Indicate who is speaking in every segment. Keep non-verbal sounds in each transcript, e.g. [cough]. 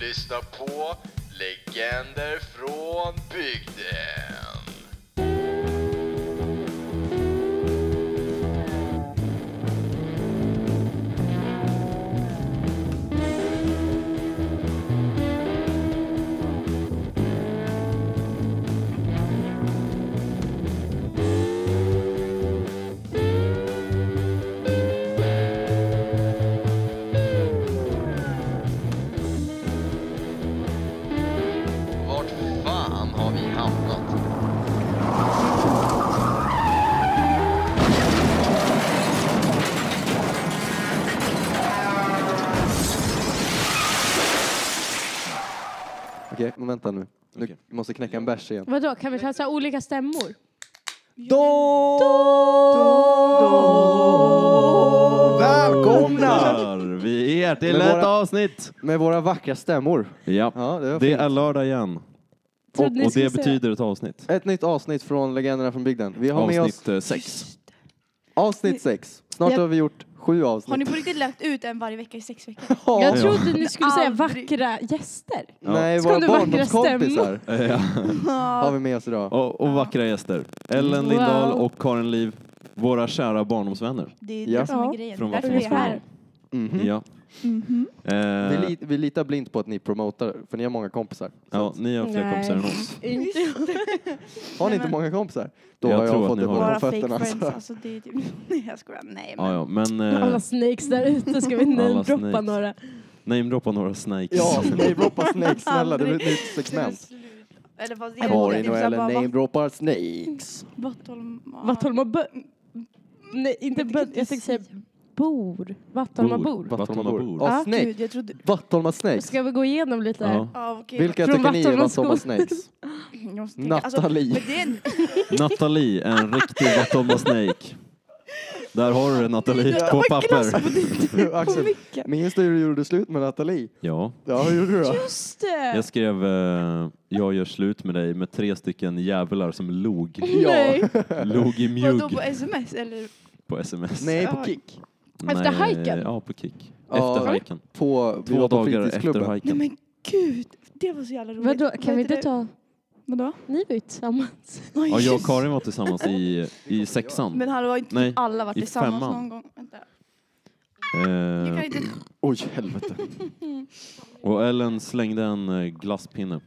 Speaker 1: lyssnar på Legender från bygden. Vart fan har vi hamnat?
Speaker 2: Okej, men vänta nu. Nu
Speaker 3: Okej.
Speaker 2: vi måste knäcka en bärs igen.
Speaker 4: Vadå, kan vi testa olika stämmor?
Speaker 2: Då! Välkomna!
Speaker 3: Välkomnar vi er till
Speaker 2: Med
Speaker 3: ett
Speaker 2: våra-
Speaker 3: avsnitt!
Speaker 2: Med våra vackra stämmor.
Speaker 3: Ja,
Speaker 2: Ja, det var
Speaker 3: det,
Speaker 2: fint.
Speaker 3: är lördag igen. Och,
Speaker 4: Trodde ni
Speaker 3: och
Speaker 4: skulle
Speaker 3: det
Speaker 4: säga-
Speaker 3: betyder ett avsnitt.
Speaker 2: Ett nytt avsnitt från Legenderna från bygden. Vi har med oss
Speaker 3: Avsnitt eh, sex.
Speaker 2: avsnitt sex. Snart
Speaker 5: Ja.
Speaker 2: har vi gjort sju
Speaker 5: Har ni
Speaker 2: avsnitt.
Speaker 5: på riktigt lagt ut en varje vecka i
Speaker 2: [laughs]
Speaker 5: sex veckor?
Speaker 2: Ja.
Speaker 4: Jag trodde ni skulle säga
Speaker 5: Aldrig.
Speaker 4: vackra gäster.
Speaker 2: Nej,
Speaker 4: Ska
Speaker 2: våra
Speaker 4: du vackra
Speaker 2: barndomskompisar
Speaker 3: Eh, Ja.
Speaker 2: har vi med oss idag.
Speaker 3: Och, och vackra gäster. Ellen
Speaker 4: Wow.
Speaker 3: Lindahl och Karin Liv. Våra kära barndomsvänner.
Speaker 5: Det är
Speaker 2: Ja.
Speaker 5: det som
Speaker 4: Ja.
Speaker 5: är grejen.
Speaker 3: Från
Speaker 5: Därför
Speaker 3: Varför
Speaker 5: vi är här.
Speaker 2: Mhm.
Speaker 3: Ja.
Speaker 2: Vi,
Speaker 3: Eh,
Speaker 2: li- vi litar blint på att ni promotar, för ni har många kompisar.
Speaker 3: ja, ni har fler
Speaker 4: Nej.
Speaker 3: kompisar än oss.
Speaker 2: Har ni
Speaker 5: Nej,
Speaker 2: inte
Speaker 5: men-
Speaker 2: många kompisar? Då
Speaker 3: Jag
Speaker 2: har
Speaker 3: tror
Speaker 2: jag
Speaker 3: att
Speaker 2: fått
Speaker 3: ni
Speaker 2: det
Speaker 3: har
Speaker 2: på
Speaker 3: det.
Speaker 5: Bara
Speaker 2: de
Speaker 5: fake
Speaker 2: fötterna.
Speaker 5: friends.
Speaker 2: Alltså.
Speaker 5: Alltså det är typ... [laughs] Nej jag skojar. Nej men.
Speaker 3: Ja, ja. Men eh,
Speaker 4: Alla snakes där ute ska vi namedroppa
Speaker 3: snakes.
Speaker 4: några.
Speaker 3: namedroppa några snakes. [laughs]
Speaker 4: [laughs]
Speaker 2: Ja, namedroppa snakes, snälla. Det blir ett nytt
Speaker 5: Det är
Speaker 2: segment.
Speaker 5: slut. Eller fast det är
Speaker 2: Karin
Speaker 5: typ
Speaker 2: och
Speaker 5: så här
Speaker 2: Ellen
Speaker 5: bara
Speaker 2: namedroppar snakes.
Speaker 5: Vat- Vattholm... ja.
Speaker 4: Vattholma bö... Nej, inte
Speaker 5: Jag
Speaker 4: bö...
Speaker 5: tycker
Speaker 4: Jag
Speaker 5: inte
Speaker 4: tänkte säga
Speaker 5: säga.
Speaker 4: bor. Vattholma
Speaker 3: Bor.
Speaker 4: bor.
Speaker 3: Vattholma bor.
Speaker 2: Ja,
Speaker 4: Ja.
Speaker 2: snake.
Speaker 5: Gud jag trodde...
Speaker 2: Vattholma snakes.
Speaker 4: Ska vi gå igenom lite?
Speaker 3: Ja.
Speaker 5: Ja okej.
Speaker 2: Vilka
Speaker 4: Från
Speaker 2: tycker ni är
Speaker 4: Vattholma
Speaker 2: Vattholma
Speaker 4: skog.
Speaker 2: snakes?
Speaker 5: Jag måste tänka. Alltså,
Speaker 2: Nathalie.
Speaker 5: men det är...
Speaker 3: Nathalie, en riktig Vattholma Snake. Där har du det Nathalie, på papper.
Speaker 2: Axel,
Speaker 5: Vilka?
Speaker 2: minns du hur du gjorde slut med Nathalie?
Speaker 3: Ja,
Speaker 2: Ja, hur gjorde du då?
Speaker 4: Just det!
Speaker 3: jag skrev eh, Jag gör slut med dig med tre stycken jävlar
Speaker 2: [laughs]
Speaker 3: som log.
Speaker 4: Nej.
Speaker 2: Ja.
Speaker 3: Log i mjugg
Speaker 5: Vadå på sms eller?
Speaker 3: på sms.
Speaker 2: Nej, på
Speaker 5: Oj.
Speaker 2: Kick.
Speaker 4: Efter
Speaker 3: Nej,
Speaker 4: hajken?
Speaker 3: Ja, på kick.
Speaker 2: Ja.
Speaker 3: Efter hajken.
Speaker 2: På, vi
Speaker 3: Två
Speaker 2: var på
Speaker 3: dagar efter
Speaker 2: fritidsklubben.
Speaker 5: Nej
Speaker 3: hajken.
Speaker 5: men gud. Det var så jävla roligt.
Speaker 4: Vadå,
Speaker 5: Vad
Speaker 4: kan vi
Speaker 5: heter
Speaker 4: inte
Speaker 5: det?
Speaker 4: ta...
Speaker 5: Vadå?
Speaker 4: Ni var ju tillsammans.
Speaker 5: Oj,
Speaker 3: Ja, jag och
Speaker 5: just.
Speaker 3: Karin var tillsammans i,
Speaker 2: [laughs]
Speaker 3: i sexan.
Speaker 5: Men hallå har inte
Speaker 3: Nej,
Speaker 5: typ alla varit
Speaker 3: i
Speaker 5: tillsammans
Speaker 3: femman.
Speaker 5: någon gång? Vänta. Jag kan
Speaker 3: Eh,
Speaker 5: inte...
Speaker 2: Oj, helvete.
Speaker 3: och Ellen slängde en eh, glasspinne.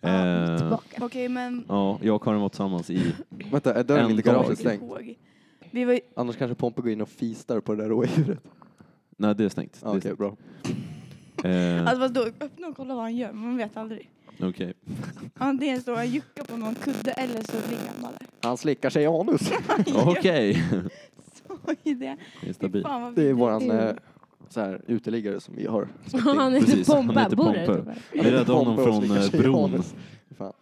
Speaker 3: Eh,
Speaker 4: Tillbaka.
Speaker 5: Okej men
Speaker 3: ja, jag och Karin var tillsammans i...
Speaker 2: Vänta, är dörren
Speaker 3: En
Speaker 2: inte
Speaker 3: dag.
Speaker 2: garaget stängd?
Speaker 5: ihåg. Vi var ju,
Speaker 2: Annars kanske Pompe går in och fistar på det där rådjuret.
Speaker 3: Nej, det är stängt. Det
Speaker 2: Ja, Okej,
Speaker 3: är stängt.
Speaker 2: bra.
Speaker 3: Eh,
Speaker 5: alltså då, öppna och kolla vad han gör, man vet aldrig.
Speaker 3: Okej.
Speaker 5: [laughs] Antingen står han och juckar på någon kudde eller så ligger han bara där.
Speaker 2: Han slickar sig i anus.
Speaker 3: Okej.
Speaker 5: Oj, det.
Speaker 3: Det är
Speaker 5: Fy
Speaker 3: stabilt.
Speaker 5: Fan, vad
Speaker 2: Det är
Speaker 5: vidrigt.
Speaker 2: våran eh, så här, uteliggare som vi har.
Speaker 4: Han heter
Speaker 3: Precis, han
Speaker 4: Pompa.
Speaker 3: heter
Speaker 4: Bor där
Speaker 3: Pompe.
Speaker 4: uppe.
Speaker 3: Vi räddade honom
Speaker 2: Pompe och
Speaker 3: från
Speaker 2: slickar
Speaker 3: eh,
Speaker 2: sig i
Speaker 3: bron.
Speaker 2: anus. Fan.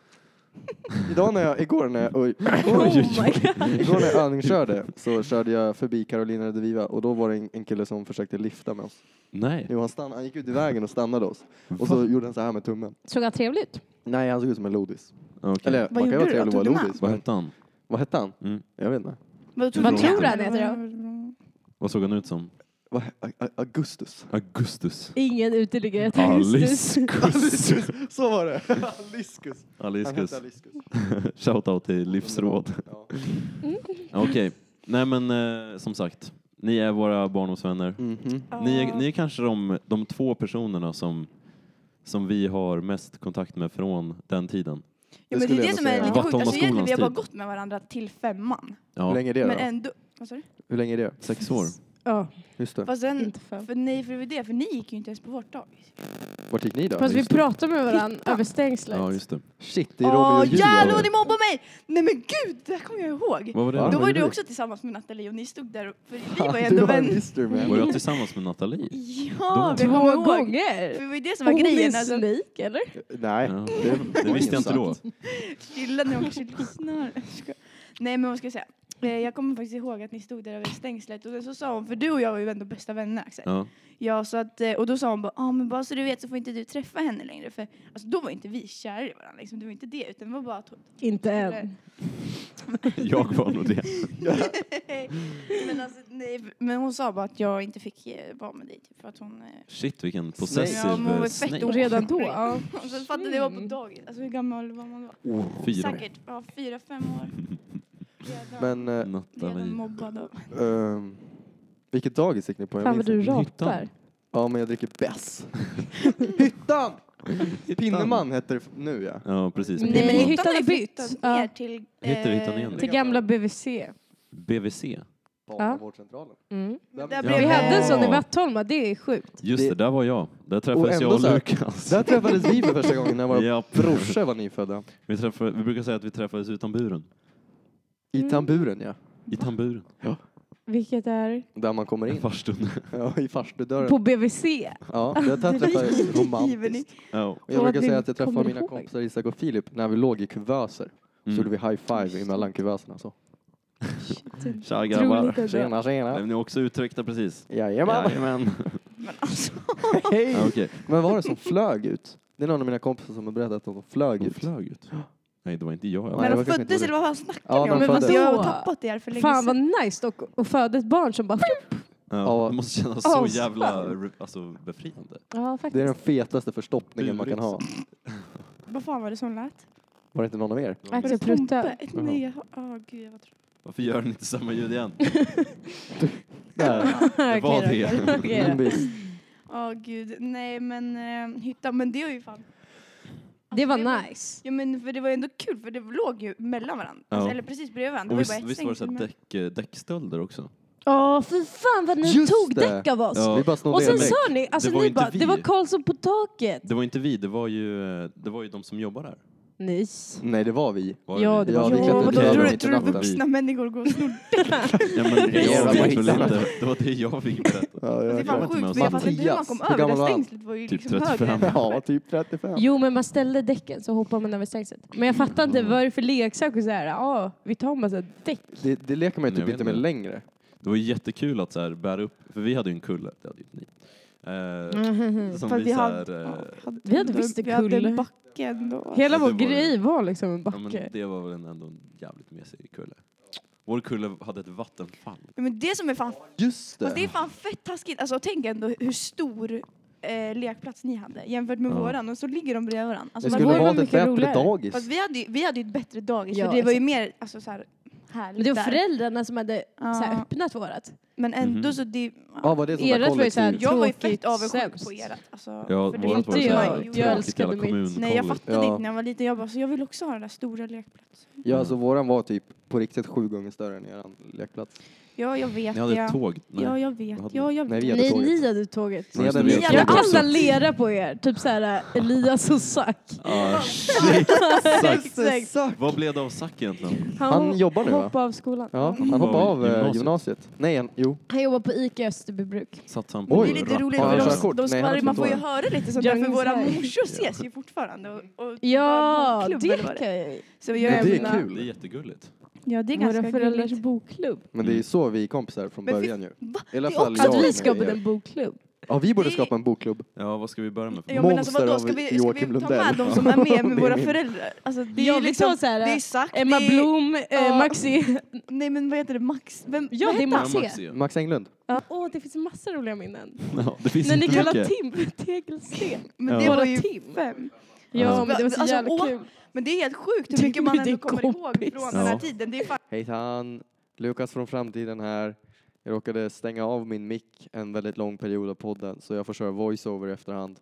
Speaker 2: Idag när jag, igår när jag, oj,
Speaker 4: Oh
Speaker 3: [laughs] oj,
Speaker 4: my god.
Speaker 2: Igår när jag övningskörde så körde jag förbi Carolina de Viva och då var det en, en kille som försökte lyfta med oss.
Speaker 3: Nej.
Speaker 2: Jo, han, stann, han gick ut i vägen och stannade oss. Och så gjorde han så här med tummen.
Speaker 4: Såg han trevlig ut?
Speaker 2: Nej, han såg ut som en lodis.
Speaker 3: Okej.
Speaker 2: Eller man kan ju
Speaker 5: gjorde
Speaker 2: vara
Speaker 5: du
Speaker 2: trevlig och
Speaker 5: då?
Speaker 2: vara
Speaker 5: Tog du med?
Speaker 2: lodis.
Speaker 3: Vad
Speaker 2: Men,
Speaker 3: hette han?
Speaker 2: vad hette han?
Speaker 3: Mm.
Speaker 2: Jag vet inte.
Speaker 5: Vad tror,
Speaker 4: Vad
Speaker 3: Bron.
Speaker 4: tror han heter då?
Speaker 3: Vad såg han ut som?
Speaker 2: Vad, A- A- [laughs] Augustus.
Speaker 3: Augustus.
Speaker 4: Ingen uteliggare till Augustus.
Speaker 3: Aliskus.
Speaker 2: Så var [laughs] det. Aliskus. Han hette
Speaker 3: Aliskus.
Speaker 2: Aliskus.
Speaker 3: Shoutout till Livsråd.
Speaker 2: Ja. Mm.
Speaker 3: Okej. Nej men eh, som sagt. Ni är våra barndomsvänner.
Speaker 2: Mhm.
Speaker 3: Ni är, ni är kanske de, de två personerna som, som vi har mest kontakt med från den tiden.
Speaker 5: ja,
Speaker 2: det
Speaker 5: men det
Speaker 2: skulle
Speaker 5: är
Speaker 2: jag
Speaker 5: det som är
Speaker 2: säga.
Speaker 5: lite sjukt. Alltså egentligen vi har bara
Speaker 3: Vattenmaskolans
Speaker 5: gått med varandra till femman.
Speaker 2: Hur
Speaker 3: Ja,
Speaker 2: länge är det
Speaker 5: Men
Speaker 2: då?
Speaker 5: ändå, vad sa du?
Speaker 2: Hur länge är det?
Speaker 3: sex år.
Speaker 4: Ja,
Speaker 2: Just det.
Speaker 5: Fast sen,
Speaker 4: inte fem.
Speaker 5: för nej för det var det, för ni gick ju inte ens på vårt dag.
Speaker 2: Vart gick ni då?
Speaker 4: Fast vi pratar med varandra
Speaker 5: Titta.
Speaker 4: över stängslet.
Speaker 3: Ja, just det.
Speaker 2: Shit, det är Romeo
Speaker 5: Åh
Speaker 2: och
Speaker 5: jävlar
Speaker 2: Julia.
Speaker 5: vad ni mobbar mig! Nej men gud, det här kommer jag ihåg.
Speaker 3: Vad var det?
Speaker 2: Ja,
Speaker 5: Då
Speaker 3: då?
Speaker 5: var ju
Speaker 2: gjorde
Speaker 5: du
Speaker 2: vi.
Speaker 5: också tillsammans med Nathalie och ni stod där och, för vi
Speaker 2: Fan,
Speaker 5: var ju
Speaker 2: du
Speaker 5: ändå
Speaker 2: har en
Speaker 5: vänner.
Speaker 2: history med
Speaker 3: Var jag tillsammans med Nathalie?
Speaker 5: Ja,
Speaker 3: Då.
Speaker 5: vi
Speaker 4: Två
Speaker 5: kommer ihåg. För
Speaker 4: gånger!
Speaker 5: det var ju det som var
Speaker 4: Hon
Speaker 5: grejen.
Speaker 4: är
Speaker 5: Alltså,
Speaker 4: slik, eller?
Speaker 2: Nej.
Speaker 3: Ja.
Speaker 2: Det,
Speaker 3: Det visste jag inte då.
Speaker 5: chilla när hon kanske lyssnar. Jag skojar. Nej men vad ska jag säga? Eh, Jag kommer faktiskt ihåg att ni stod där över stängslet och sen så sa hon, för du och jag var ju ändå bästa vänner Axel.
Speaker 3: Ja.
Speaker 5: Ja, så att, eh, och då sa hon bara, ah, men bara så du vet så får inte du träffa henne längre. För alltså, då var inte vi kära i varandra, liksom. det var inte det. Utan det var bara att hon... [laughs]
Speaker 4: Inte än.
Speaker 3: Jag var nog det.
Speaker 5: men, alltså, nej, men hon sa bara att jag inte fick eh, vara med dig. Typ, för att hon... Eh,
Speaker 3: Shit vilken
Speaker 5: Ja, men
Speaker 3: possessiv
Speaker 5: hon var
Speaker 3: eh,
Speaker 5: fett
Speaker 3: snake.
Speaker 5: orolig.
Speaker 4: Redan då? Ja.
Speaker 5: och sen fattade jag det var på dagis. Alltså hur gammal var man då?
Speaker 3: Fyra.
Speaker 5: Säkert ja, fyra, fem
Speaker 3: [laughs]
Speaker 5: år. Redan,
Speaker 2: Men eh,
Speaker 5: redan
Speaker 3: Nathalie.
Speaker 5: mobbad av...
Speaker 2: ehm, vilket dagis gick ni på? Jag
Speaker 4: Fan
Speaker 2: minns
Speaker 4: vad du
Speaker 2: inte.
Speaker 4: rapar.
Speaker 2: Ja, men jag dricker
Speaker 4: [laughs]
Speaker 2: bäs. Hyttan! Pinneman heter det f- nu ja.
Speaker 3: Ja precis.
Speaker 4: Nej,
Speaker 3: Pinneman.
Speaker 4: men- Hyttan har
Speaker 5: är
Speaker 4: bytt.
Speaker 5: flyttat
Speaker 4: Ja.
Speaker 5: ner till... eh,
Speaker 3: Heter Hyttan igen?
Speaker 4: Till gamla BVC.
Speaker 3: BVC.
Speaker 2: Barnavårdscentralen.
Speaker 4: Mm.
Speaker 2: Där-
Speaker 5: Där
Speaker 4: Vi
Speaker 5: Ja.
Speaker 4: hade en sån i Vattholma, det är sjukt.
Speaker 3: Just
Speaker 2: Det-
Speaker 3: det, där var jag. Där
Speaker 2: Och
Speaker 3: träffades
Speaker 2: ändå
Speaker 3: jag och
Speaker 2: så här-
Speaker 3: Lukas.
Speaker 2: Där träffades vi för första gången när våra
Speaker 3: Ja,
Speaker 2: brorsor var nyfödda.
Speaker 3: vi, träffade, vi brukar säga att vi träffades utan buren.
Speaker 2: I
Speaker 4: Mm.
Speaker 2: tamburen ja.
Speaker 3: I tamburen.
Speaker 4: Vilket är?
Speaker 2: Där man kommer
Speaker 3: En
Speaker 2: in.
Speaker 3: farstund.
Speaker 2: Ja, i farstudörren.
Speaker 4: På BVC.
Speaker 2: Ja, det där
Speaker 4: [laughs]
Speaker 2: träffades
Speaker 5: [laughs]
Speaker 2: jag romantiskt.
Speaker 5: Givet.
Speaker 3: Ja.
Speaker 2: Och jag
Speaker 4: Och att
Speaker 2: brukar
Speaker 4: vi
Speaker 2: säga att jag träffade
Speaker 4: kommer
Speaker 2: mina
Speaker 4: ihåg.
Speaker 2: kompisar Isak och Filip när vi låg i kuvöser. Så gjorde
Speaker 3: Mm.
Speaker 2: vi high-five emellan kuvöserna så.
Speaker 3: Tja
Speaker 4: Otroligt
Speaker 3: grabbar.
Speaker 4: ändå.
Speaker 2: Tjena,
Speaker 3: Blev
Speaker 2: tjena.
Speaker 3: ni också uttryckta precis?
Speaker 2: Jajamän.
Speaker 3: Jajamän.
Speaker 5: Men alltså...
Speaker 2: [laughs] Hej!
Speaker 3: Ja, Okej.
Speaker 2: Men vad var det som flög ut? Det är någon av mina kompisar som har berättat att de flög
Speaker 3: Hon
Speaker 2: ut.
Speaker 3: flög ut. Nej, det var inte jag.
Speaker 2: Nej,
Speaker 5: När
Speaker 2: det var
Speaker 3: jag.
Speaker 5: de
Speaker 2: kanske inte
Speaker 5: föddes
Speaker 2: det.
Speaker 5: eller vad fan snackar
Speaker 2: Ja,
Speaker 5: ni
Speaker 2: de
Speaker 5: om? Men
Speaker 2: föddes.
Speaker 5: vadå? Jag har
Speaker 4: Vadå?
Speaker 5: tappat det här för länge
Speaker 4: Fan
Speaker 5: sedan.
Speaker 4: vad nice dock att föda ett barn som bara...
Speaker 3: Ja.
Speaker 2: Ja.
Speaker 3: Det måste kännas
Speaker 4: Ja,
Speaker 3: så
Speaker 4: så
Speaker 3: jävla
Speaker 4: fan.
Speaker 3: re- alltså, befriande.
Speaker 4: Ja,
Speaker 2: Det är
Speaker 4: faktiskt.
Speaker 2: den fetaste förstoppningen man kan ha.
Speaker 5: Vad fan var det som lät?
Speaker 2: Var det inte någon av er?
Speaker 5: Alltså-
Speaker 4: Axel pruttar.
Speaker 5: Pumpe? Nej, jag har... åh, gud, jag var trött.
Speaker 3: Varför gör ni inte samma ljud igen?
Speaker 2: Nej.
Speaker 4: [laughs]
Speaker 3: Det var
Speaker 4: Okej då,
Speaker 3: det.
Speaker 4: okej
Speaker 3: [laughs]
Speaker 4: då.
Speaker 2: Men visst.
Speaker 5: Åh gud, nej men eh, hytta, men det var ju fan... Alltså,
Speaker 4: Det var nice.
Speaker 5: Ja men för det var ju ändå kul för det låg ju mellan varandra. Alltså,
Speaker 3: Ja.
Speaker 5: eller precis bredvid varandra.
Speaker 3: Och
Speaker 5: det
Speaker 3: visst,
Speaker 5: ju bara ett
Speaker 3: visst var det så
Speaker 5: stängsel
Speaker 3: här
Speaker 5: mellan.
Speaker 3: däck, eh, däckstölder också?
Speaker 4: Ja, fy fan vad ni
Speaker 2: Just
Speaker 4: tog
Speaker 2: det.
Speaker 4: däck av oss.
Speaker 3: Ja.
Speaker 2: Vi bara snodde
Speaker 4: Och sen
Speaker 2: en däck.
Speaker 4: sa ni, alltså
Speaker 3: Det var
Speaker 4: ni
Speaker 3: inte
Speaker 4: bara,
Speaker 3: vi.
Speaker 4: det var Karlsson på taket.
Speaker 3: Det var inte vi, det var ju, eh, det var ju de som jobbar där.
Speaker 4: Nej.
Speaker 3: [laughs]
Speaker 4: [laughs]
Speaker 2: Nej, det var vi.
Speaker 3: Var
Speaker 4: Ja,
Speaker 3: vi?
Speaker 4: det var
Speaker 2: Ja,
Speaker 4: vi.
Speaker 2: det klättrade upp
Speaker 5: Ja,
Speaker 2: i
Speaker 5: vadå, tror,
Speaker 2: träden
Speaker 5: du-
Speaker 2: mitt i
Speaker 5: tror du
Speaker 2: natten.
Speaker 5: vuxna människor går och snor?
Speaker 3: Ja,
Speaker 2: [laughs]
Speaker 3: men
Speaker 2: Jävla
Speaker 3: jag vet väl
Speaker 2: skitsnack.
Speaker 3: inte. Det var det jag fick berätta.
Speaker 2: Ja,
Speaker 5: Det är
Speaker 2: jag
Speaker 3: var
Speaker 5: fan
Speaker 3: inte med oss.
Speaker 5: sjukt för jag fattar inte hur man
Speaker 2: Mattias,
Speaker 5: kom
Speaker 2: hur
Speaker 5: över det
Speaker 2: gammal var han?
Speaker 5: stängslet. var ju
Speaker 3: Typ
Speaker 5: liksom högre
Speaker 3: 35.
Speaker 5: än det.
Speaker 2: Ja, typ 35.
Speaker 5: liksom.
Speaker 4: Jo, men man ställde däcken så hoppade man över stängslet. Men jag fattar
Speaker 5: Mm.
Speaker 4: inte, vad är det för leksak och så här, ja, vi tar en massa däck.
Speaker 2: Det, det leker man ju
Speaker 3: Nej, jag
Speaker 2: typ
Speaker 3: vet
Speaker 2: inte med
Speaker 3: inte.
Speaker 2: längre.
Speaker 3: Det var ju jättekul att så här bära upp, för vi hade ju en kulle, det hade ju inte ni. Eh, som
Speaker 5: Fast
Speaker 3: vi,
Speaker 5: Mhm, vi
Speaker 3: så
Speaker 5: hade-
Speaker 3: här, eh,
Speaker 4: Vi hade visst
Speaker 5: Vi hade
Speaker 4: kulle.
Speaker 5: en backe ändå.
Speaker 4: Hela
Speaker 3: Ja,
Speaker 4: vår
Speaker 3: det var det.
Speaker 4: grej var liksom en
Speaker 3: ja, men
Speaker 4: backe.
Speaker 3: det var väl en- ändå en jävligt mesig kulle. Vår kulle hade ett vattenfall.
Speaker 5: Ja, Men det som är fan
Speaker 2: Just
Speaker 5: Fast det är
Speaker 2: det.
Speaker 5: fan fett taskigt. Alltså tänk ändå hur stor eh, lekplats ni hade jämfört med
Speaker 3: Ja.
Speaker 5: våran och så ligger de bredvid varandra. Alltså,
Speaker 2: Det
Speaker 5: man-
Speaker 2: skulle
Speaker 4: vår var
Speaker 2: valt ett
Speaker 4: mycket
Speaker 2: bättre
Speaker 4: roligare.
Speaker 5: Fast
Speaker 2: dagis.
Speaker 5: vi hade, ju- vi hade ju ett bättre dagis
Speaker 4: Ja,
Speaker 5: för det var ju mer alltså, så här, härligt
Speaker 4: Men det var
Speaker 5: där.
Speaker 4: föräldrarna som hade så här,
Speaker 5: Ja.
Speaker 4: öppnat vårat.
Speaker 5: Men ändå
Speaker 3: Mhm.
Speaker 5: så det...
Speaker 2: Ja, var det sånt där
Speaker 4: Erat var ju såhär-
Speaker 2: kollektiv?
Speaker 5: jag var ju
Speaker 4: tråkigt,
Speaker 5: fett avundsjuk
Speaker 4: sämst.
Speaker 5: på er. Alltså,
Speaker 3: Ja,
Speaker 5: för det
Speaker 3: vårat var
Speaker 5: inte
Speaker 3: så
Speaker 4: jag.
Speaker 3: här
Speaker 5: man
Speaker 4: Jag
Speaker 5: gjorde.
Speaker 3: tråkigt
Speaker 4: älskade
Speaker 3: jävla
Speaker 4: mitt.
Speaker 3: kommunkollo.
Speaker 5: Nej jag fattade
Speaker 2: Ja.
Speaker 5: inte när jag var liten. Jag bara så jag vill också ha den där stora lekplatsen.
Speaker 2: Ja, alltså våran var typ på riktigt sju gånger större än eran lekplats.
Speaker 5: Ja jag vet
Speaker 3: Ni hade ett
Speaker 5: ja.
Speaker 3: tåg? Nej.
Speaker 5: Ja jag vet.
Speaker 3: Vad hade
Speaker 5: Ja jag
Speaker 2: Nej,
Speaker 5: vet.
Speaker 2: vi hade
Speaker 4: Nej,
Speaker 2: tåget.
Speaker 4: ni hade tåget.
Speaker 2: Ni hade
Speaker 3: Ni
Speaker 2: med
Speaker 5: hade
Speaker 4: Jag
Speaker 2: tåget.
Speaker 5: tåget.
Speaker 4: alla lera på er, typ såhär Elias och Zack.
Speaker 3: Ah,
Speaker 5: [laughs]
Speaker 4: Exakt.
Speaker 2: Exakt.
Speaker 3: vad blev det av Zack egentligen?
Speaker 2: Han jobbar nu, va?
Speaker 4: hoppade av skolan.
Speaker 2: Ja, han hoppade av
Speaker 3: Var i
Speaker 2: eh,
Speaker 3: gymnasiet.
Speaker 2: gymnasiet. Nej, han- jo.
Speaker 4: Han jobbar på ICA Österbybruk.
Speaker 3: Satt han på
Speaker 2: Oj.
Speaker 5: Det är lite
Speaker 3: rappen?
Speaker 5: roligt
Speaker 2: Ja,
Speaker 5: för
Speaker 2: han
Speaker 5: de,
Speaker 2: kör kort.
Speaker 5: de
Speaker 2: Nej, han
Speaker 5: svarar,
Speaker 2: kör
Speaker 5: man får ju
Speaker 2: tåg.
Speaker 5: höra lite sånt där för
Speaker 4: Young
Speaker 5: våra
Speaker 4: Zai.
Speaker 5: morsor ses ju fortfarande. Och, och
Speaker 4: Ja,
Speaker 5: våra bokklubb eller
Speaker 4: det
Speaker 5: vad
Speaker 4: kan jag
Speaker 5: Så
Speaker 2: Ja,
Speaker 5: jag
Speaker 2: det
Speaker 5: menar-
Speaker 2: är
Speaker 3: Det är
Speaker 2: kul.
Speaker 3: jättegulligt.
Speaker 5: Ja det är
Speaker 4: Våra
Speaker 5: ganska
Speaker 4: föräldrars
Speaker 5: gulligt.
Speaker 4: bokklubb.
Speaker 2: Men
Speaker 3: Mm.
Speaker 2: det är så vi är kompisar från
Speaker 5: Men fy-
Speaker 2: början ju.
Speaker 5: Va?
Speaker 2: I alla
Speaker 5: Det är
Speaker 2: fall
Speaker 5: också
Speaker 2: jag
Speaker 4: Att
Speaker 2: och
Speaker 4: vi
Speaker 2: er.
Speaker 4: skapade en bokklubb.
Speaker 2: Ja, vi borde
Speaker 5: Det-
Speaker 2: skapa en bokklubb.
Speaker 3: Ja, vad ska vi börja med? för-
Speaker 5: Ja, men alltså,
Speaker 2: Monster
Speaker 5: vadå,
Speaker 2: av
Speaker 5: ska vi, ska
Speaker 2: Joakim
Speaker 5: vi ta
Speaker 2: Lundell.
Speaker 5: med de som är med
Speaker 2: [laughs]
Speaker 5: med
Speaker 2: Det är
Speaker 5: våra
Speaker 2: min.
Speaker 5: föräldrar? Alltså, det är
Speaker 4: Ja,
Speaker 5: ju
Speaker 4: vi
Speaker 5: liksom,
Speaker 4: sa så här, eh,
Speaker 5: det är Zack,
Speaker 4: Emma
Speaker 5: det är,
Speaker 4: Blom,
Speaker 5: Ja.
Speaker 4: eh, Maxi.
Speaker 5: Nej men vad heter det, Max? Vem,
Speaker 4: Ja,
Speaker 5: vad
Speaker 4: det är
Speaker 5: heter han?
Speaker 4: Max.
Speaker 3: Ja, Maxi, ja.
Speaker 2: Max Englund.
Speaker 4: Ja, Åh, det finns massa roliga minnen.
Speaker 3: [laughs] Ja, det finns
Speaker 4: När ni
Speaker 3: inte
Speaker 4: kallar
Speaker 3: mycket.
Speaker 4: Tim för tegelsten.
Speaker 5: Men
Speaker 3: Ja.
Speaker 5: det var
Speaker 4: Våra
Speaker 5: ju
Speaker 4: Tim.
Speaker 5: fem.
Speaker 4: Ja,
Speaker 5: Alltså,
Speaker 4: men det var så
Speaker 5: alltså,
Speaker 4: jävla
Speaker 5: åh.
Speaker 4: kul.
Speaker 5: Men det är helt sjukt
Speaker 4: Det
Speaker 5: hur mycket
Speaker 4: är
Speaker 5: man
Speaker 4: ju
Speaker 5: ändå
Speaker 4: din
Speaker 5: kommer ihåg
Speaker 4: kompis.
Speaker 5: från den här
Speaker 3: Ja.
Speaker 5: tiden. Det är fan,
Speaker 2: Hejsan! Lukas från framtiden här. Jag råkade stänga av min mick en väldigt lång period av podden så jag får köra voiceover i efterhand.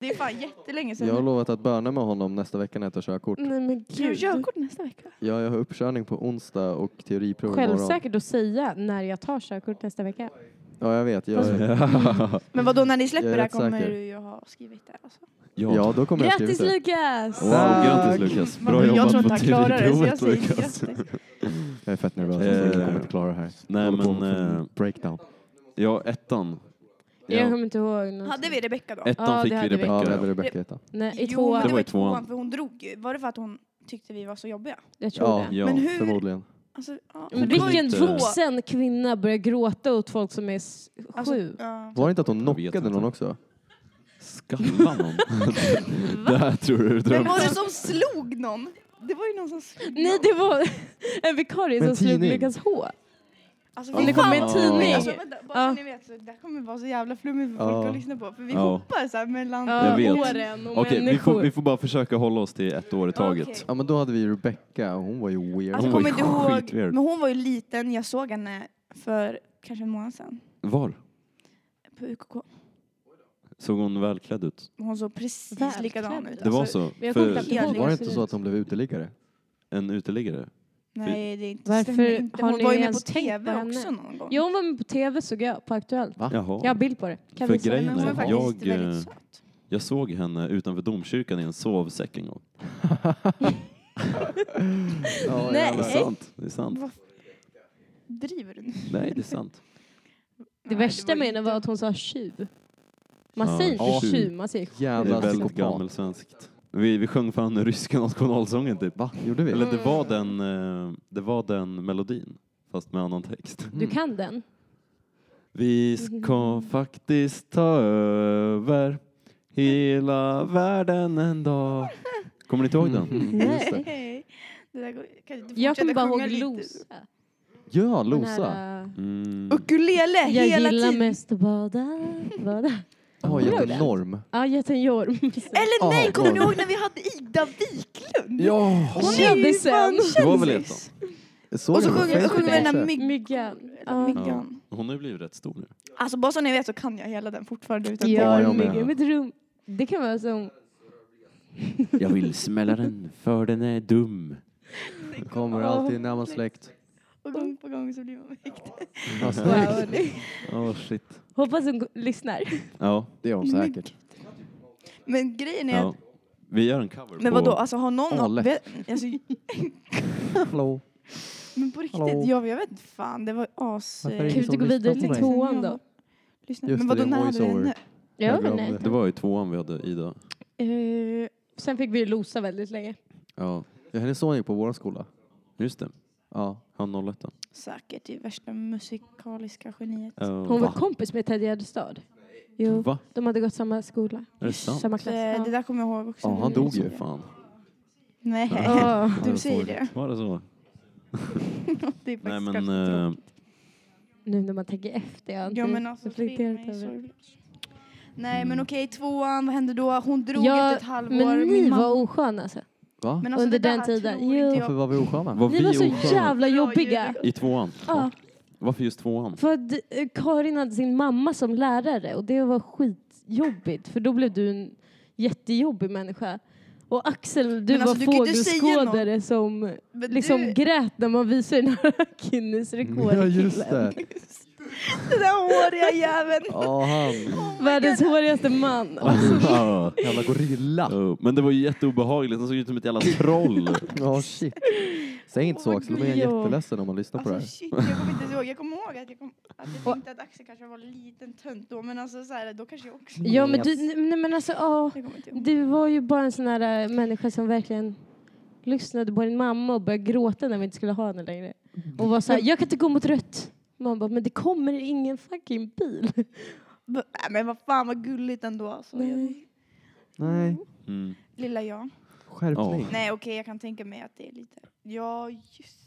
Speaker 5: det är fan jättelänge sedan.
Speaker 2: Jag har lovat att börna med honom nästa vecka när jag tar körkort.
Speaker 4: Nej men
Speaker 5: Ska du
Speaker 4: gud.
Speaker 5: körkort nästa vecka?
Speaker 2: Ja, jag har uppkörning på onsdag och teoriprov imorgon.
Speaker 4: Självsäkert att säga när jag tar körkort nästa vecka.
Speaker 2: Ja, jag vet. Jag,
Speaker 5: Men vadå, när ni släpper
Speaker 2: Jag är
Speaker 5: det här
Speaker 2: rätt
Speaker 5: kommer
Speaker 2: säker.
Speaker 5: du ju ha skrivit det. Alltså.
Speaker 2: ja, då kommer jag skriva
Speaker 4: Grattis
Speaker 2: ut det.
Speaker 4: Lukas!
Speaker 3: Wow,
Speaker 2: Tack.
Speaker 3: grattis Lukas.
Speaker 5: Men
Speaker 3: Bra
Speaker 5: jag
Speaker 3: jobbat
Speaker 5: tror
Speaker 3: på
Speaker 5: inte han klarar det, så jag
Speaker 3: teoriprovet
Speaker 5: säger
Speaker 3: Lukas.
Speaker 5: grattis.
Speaker 2: Jag är fett nervös. alltså.
Speaker 3: Eh,
Speaker 2: Jag tror jag kommer inte klara det här.
Speaker 3: Nej
Speaker 2: Jag håller på
Speaker 3: men,
Speaker 2: med en
Speaker 3: eh,
Speaker 2: breakdown.
Speaker 3: ja ettan.
Speaker 4: Jag
Speaker 3: Ja,
Speaker 4: kommer inte ihåg något.
Speaker 5: Hade vi Rebecka då?
Speaker 3: ettan
Speaker 4: Ja,
Speaker 3: fick
Speaker 4: det
Speaker 3: vi
Speaker 4: hade vi.
Speaker 2: Ja,
Speaker 3: Rebecka.
Speaker 2: det
Speaker 3: ja.
Speaker 2: hade Rebecka hetat.
Speaker 4: Nej, i
Speaker 5: Jo, men
Speaker 3: Det
Speaker 4: tvåan.
Speaker 5: det
Speaker 3: var
Speaker 5: var
Speaker 3: i
Speaker 5: i
Speaker 3: tvåan.
Speaker 5: tvåan för hon drog ju. Var det för att hon tyckte vi var så jobbiga?
Speaker 4: Jag tror
Speaker 2: Ja,
Speaker 4: det.
Speaker 3: Ja,
Speaker 5: Men hur,
Speaker 2: förmodligen.
Speaker 5: Alltså, ja.
Speaker 4: Men
Speaker 3: Det var ju
Speaker 4: vilken
Speaker 3: inte-
Speaker 4: vuxen kvinna börjar gråta åt folk som är s- sju?
Speaker 5: Alltså, ja.
Speaker 2: Var det inte att hon
Speaker 3: Jag vet
Speaker 2: knockade
Speaker 3: inte.
Speaker 2: någon
Speaker 3: [laughs]
Speaker 2: också?
Speaker 3: Skalla någon? det här [laughs] tror du är
Speaker 5: Men
Speaker 3: drömt.
Speaker 5: var det som slog någon? Det var ju någon som slog
Speaker 4: Nej,
Speaker 5: någon.
Speaker 4: det var [laughs] en vikarie
Speaker 2: Med
Speaker 4: som
Speaker 2: en
Speaker 4: slog
Speaker 2: tidning.
Speaker 4: Lukas H.
Speaker 5: Alltså,
Speaker 3: Om
Speaker 5: fy
Speaker 3: det
Speaker 5: fan
Speaker 3: kommer en
Speaker 5: vad-
Speaker 3: tidning.
Speaker 5: Alltså, vänta, bara
Speaker 4: Ja.
Speaker 5: så ni vet, så det här kommer vara så jävla flummigt för
Speaker 2: Ja.
Speaker 5: folk att lyssna på. För vi
Speaker 3: Ja.
Speaker 5: hoppar så här mellan...
Speaker 3: Jag vet.
Speaker 4: Åren och
Speaker 3: Okej, vi,
Speaker 4: människor.
Speaker 3: får, vi får bara försöka hålla oss till ett år i taget.
Speaker 5: Okej.
Speaker 2: Ja men då hade vi Rebecca och hon var ju weird.
Speaker 5: Alltså,
Speaker 3: Hon
Speaker 5: kommer
Speaker 3: var
Speaker 5: inte
Speaker 3: ju
Speaker 5: ihåg,
Speaker 3: skitweird.
Speaker 5: men hon var ju liten. Jag såg henne för kanske en månad sedan
Speaker 3: Var?
Speaker 5: på UKK.
Speaker 3: Såg hon välklädd ut?
Speaker 5: Hon såg precis
Speaker 4: Välklädd.
Speaker 5: likadan ut.
Speaker 3: Det var
Speaker 5: Alltså,
Speaker 3: så?
Speaker 4: men jag kommer
Speaker 3: För
Speaker 4: knappt ihåg
Speaker 5: Helt
Speaker 2: var det
Speaker 4: hur
Speaker 2: inte
Speaker 4: ser
Speaker 2: så
Speaker 4: ut.
Speaker 2: att de blev uteliggare?
Speaker 3: en uteliggare?
Speaker 5: Nej, det är inte,
Speaker 4: Varför
Speaker 5: stämmer inte.
Speaker 4: har
Speaker 5: Hon
Speaker 4: ni
Speaker 5: var ju med på
Speaker 4: ens tänkt på
Speaker 5: TV
Speaker 4: henne?
Speaker 5: också någon gång.
Speaker 4: Ja, hon var med på tv såg jag, på Aktuellt.
Speaker 2: Va?
Speaker 3: Jaha.
Speaker 4: Jag har bild på det. Kan
Speaker 3: För
Speaker 4: visa.
Speaker 3: grejen-
Speaker 5: Men hon var
Speaker 3: Jag,
Speaker 5: faktiskt
Speaker 3: eh,
Speaker 5: väldigt söt.
Speaker 3: Jag såg henne utanför domkyrkan i en sovsäck en gång.
Speaker 2: Ja,
Speaker 4: Nej.
Speaker 3: Det är sant. Det är sant.
Speaker 5: Vad driver du nu?
Speaker 3: Nej, det är sant.
Speaker 4: Det värsta med henne var att hon sa tjuv. Man
Speaker 3: Ja,
Speaker 4: säger inte
Speaker 3: tjuv.
Speaker 4: tjuv, man säger tjuv.
Speaker 3: Det
Speaker 2: Jävla
Speaker 3: är väldigt
Speaker 2: psykopat.
Speaker 3: gammelsvenskt. Vi, vi sjöng fan den ryska nationalsången typ.
Speaker 2: Va? Gjorde vi?
Speaker 3: Eller det var,
Speaker 5: Mm.
Speaker 3: den, eh, det var den melodin, fast med annan text.
Speaker 2: Mm.
Speaker 4: Du kan den.
Speaker 3: Vi ska faktiskt ta över hela världen en dag. Kommer ni inte ihåg den?
Speaker 2: Just det.
Speaker 5: Hej. Det där går, kan du
Speaker 4: Jag kommer
Speaker 5: fortsätta
Speaker 4: bara
Speaker 5: sjunga
Speaker 4: ihåg
Speaker 5: lite?
Speaker 4: Losa.
Speaker 2: Ja,
Speaker 4: Den
Speaker 2: Losa.
Speaker 4: här, äh,
Speaker 3: Mm.
Speaker 5: Ukulele
Speaker 4: Jag
Speaker 5: hela
Speaker 4: gillar
Speaker 5: tiden.
Speaker 4: mest att bada, [laughs] bada.
Speaker 2: Ja, jättenorm.
Speaker 4: Ja, Jätten [laughs] Jorm.
Speaker 5: Eller
Speaker 2: Ja,
Speaker 5: nej, kommer ni
Speaker 2: bra.
Speaker 5: ihåg när vi hade Ida Wiklund?
Speaker 2: Ja!
Speaker 5: Hon är ju
Speaker 4: Kändisen.
Speaker 5: fan
Speaker 3: Det var väl
Speaker 5: kändis.
Speaker 3: ett
Speaker 2: Såg
Speaker 5: Och så
Speaker 2: jag på
Speaker 5: sjunger,
Speaker 2: Facebook
Speaker 5: sjunger vi den
Speaker 2: kanske.
Speaker 5: där mygg...
Speaker 4: Myggan. Ja.
Speaker 5: myggan.
Speaker 3: Hon har ju blivit rätt stor nu.
Speaker 5: Alltså bara så ni vet så kan jag hela den fortfarande utan
Speaker 2: Ja,
Speaker 4: Gör
Speaker 2: jag med.
Speaker 4: myggan i mitt rum. Det kan vara som...
Speaker 3: Jag vill smälla den, för den är dum.
Speaker 2: Kommer alltid när man släkt.
Speaker 5: Och gång på gång så blir man väckt.
Speaker 2: Alltså,
Speaker 4: Wow, hörni.
Speaker 3: Åh shit.
Speaker 4: Hoppas hon lyssnar.
Speaker 3: Ja.
Speaker 2: det är hon säkert.
Speaker 5: Men grejen är
Speaker 3: ja.
Speaker 5: att,
Speaker 3: Vi gör en cover
Speaker 5: men
Speaker 3: på...
Speaker 5: vadå, alltså har någon...
Speaker 2: Ja, lätt.
Speaker 5: vet- alltså,
Speaker 2: Hallå.
Speaker 5: men på riktigt,
Speaker 2: Hallå.
Speaker 5: jag, jag vet inte fan, det var as...
Speaker 2: Varför är det
Speaker 4: Kan vi
Speaker 2: ingen
Speaker 4: inte
Speaker 2: som
Speaker 4: gå vidare till
Speaker 2: lyssnar på mig?
Speaker 4: tvåan då?
Speaker 5: Lyssna.
Speaker 2: Just
Speaker 5: Men
Speaker 2: det,
Speaker 5: vadå,
Speaker 2: det är
Speaker 5: när hade vi
Speaker 2: voiceover.
Speaker 5: henne?
Speaker 4: Ja,
Speaker 2: glömde.
Speaker 4: nej.
Speaker 3: Det var ju tvåan vi hade, Ida.
Speaker 4: Eh, sen fick vi ju Losa väldigt länge.
Speaker 3: Ja,
Speaker 2: Ja, hennes son gick på vår skola.
Speaker 3: just det.
Speaker 2: Ja.
Speaker 3: Han 01.
Speaker 5: Säkert det värsta musikaliska geniet.
Speaker 4: Hon var kompis med Ted Gärdestad. Jo,
Speaker 3: Eh, Va?
Speaker 4: de hade gått samma skola.
Speaker 3: Är det sant?
Speaker 4: Samma klass.
Speaker 5: Eh, Det, [laughs] det där kommer jag ihåg också.
Speaker 2: Ja,
Speaker 5: nu
Speaker 2: han
Speaker 5: när du
Speaker 2: dog ju.
Speaker 5: säger det.
Speaker 3: Fan.
Speaker 5: Nej,
Speaker 4: Ja.
Speaker 5: [laughs] du säger det.
Speaker 3: Var det så?
Speaker 5: Det är faktiskt
Speaker 3: Nej men...
Speaker 5: ganska tråkigt.
Speaker 3: eh,
Speaker 4: Nu när man tänker efter. Jag har inte
Speaker 5: Ja men alltså filmen
Speaker 4: reflekterat
Speaker 5: är
Speaker 4: över det.
Speaker 5: sorglig. Nej
Speaker 2: Mm.
Speaker 5: men okej, tvåan, vad hände då? Hon drog
Speaker 4: Ja,
Speaker 5: efter ett halvår.
Speaker 4: Men ni
Speaker 5: min mamma-
Speaker 4: var osköna alltså.
Speaker 2: Va?
Speaker 5: Men alltså,
Speaker 4: under
Speaker 5: det där
Speaker 4: den tiden.
Speaker 5: tror
Speaker 4: Jo.
Speaker 5: inte
Speaker 2: Varför
Speaker 5: jag-
Speaker 2: var vi osköna?
Speaker 3: var
Speaker 4: Ni
Speaker 3: vi
Speaker 4: var så
Speaker 3: osköna?
Speaker 4: jävla
Speaker 5: Ja,
Speaker 4: jobbiga.
Speaker 5: ljuvligt.
Speaker 3: I tvåan?
Speaker 4: Ja,
Speaker 3: Varför just tvåan?
Speaker 4: för att eh, Karin hade sin mamma som lärare och det var skitjobbigt för då blev du en jättejobbig människa. Och Axel, du
Speaker 5: Men alltså,
Speaker 4: var
Speaker 5: du kan ju inte säga
Speaker 4: fågelskådare som
Speaker 5: Men
Speaker 4: liksom
Speaker 5: du,
Speaker 4: grät när man visade den här Guinness rekord.
Speaker 2: Ja, just det.
Speaker 5: [laughs] den där håriga jäveln.
Speaker 2: Ja, han.
Speaker 4: Världens hårigaste man.
Speaker 3: Ja.
Speaker 2: Jävla gorilla.
Speaker 3: Oh, Men det var ju jätteobehagligt, han såg ut som ett jävla [laughs] troll.
Speaker 2: Ja, shit. Säg inte så
Speaker 5: Åh,
Speaker 2: Axel, då blir jag
Speaker 4: gullig.
Speaker 2: jätteledsen om man lyssnar på det
Speaker 5: Alltså
Speaker 2: här.
Speaker 5: shit, jag kommer inte ihåg. Jag kommer ihåg att jag, kom, att jag tänkte att Axel kanske var en liten tönt då men alltså så här, då kanske jag
Speaker 4: [laughs]
Speaker 5: också...
Speaker 4: Ja men du, nej, men alltså ja.
Speaker 5: Jag kommer inte ihåg.
Speaker 4: Du var ju bara en sån här äh, människa som verkligen lyssnade på din mamma och började gråta när vi inte skulle ha henne längre. Och var så här, jag kan inte gå mot rött. Man bara, men det kommer ingen fucking bil.
Speaker 5: B- nej, Äh, Men vad fan vad gulligt ändå alltså.
Speaker 4: Nej.
Speaker 2: Nej,
Speaker 3: Mm.
Speaker 5: Lilla jag.
Speaker 2: skärpning.
Speaker 5: Nej okej jag kan tänka mig att det är lite... Ja just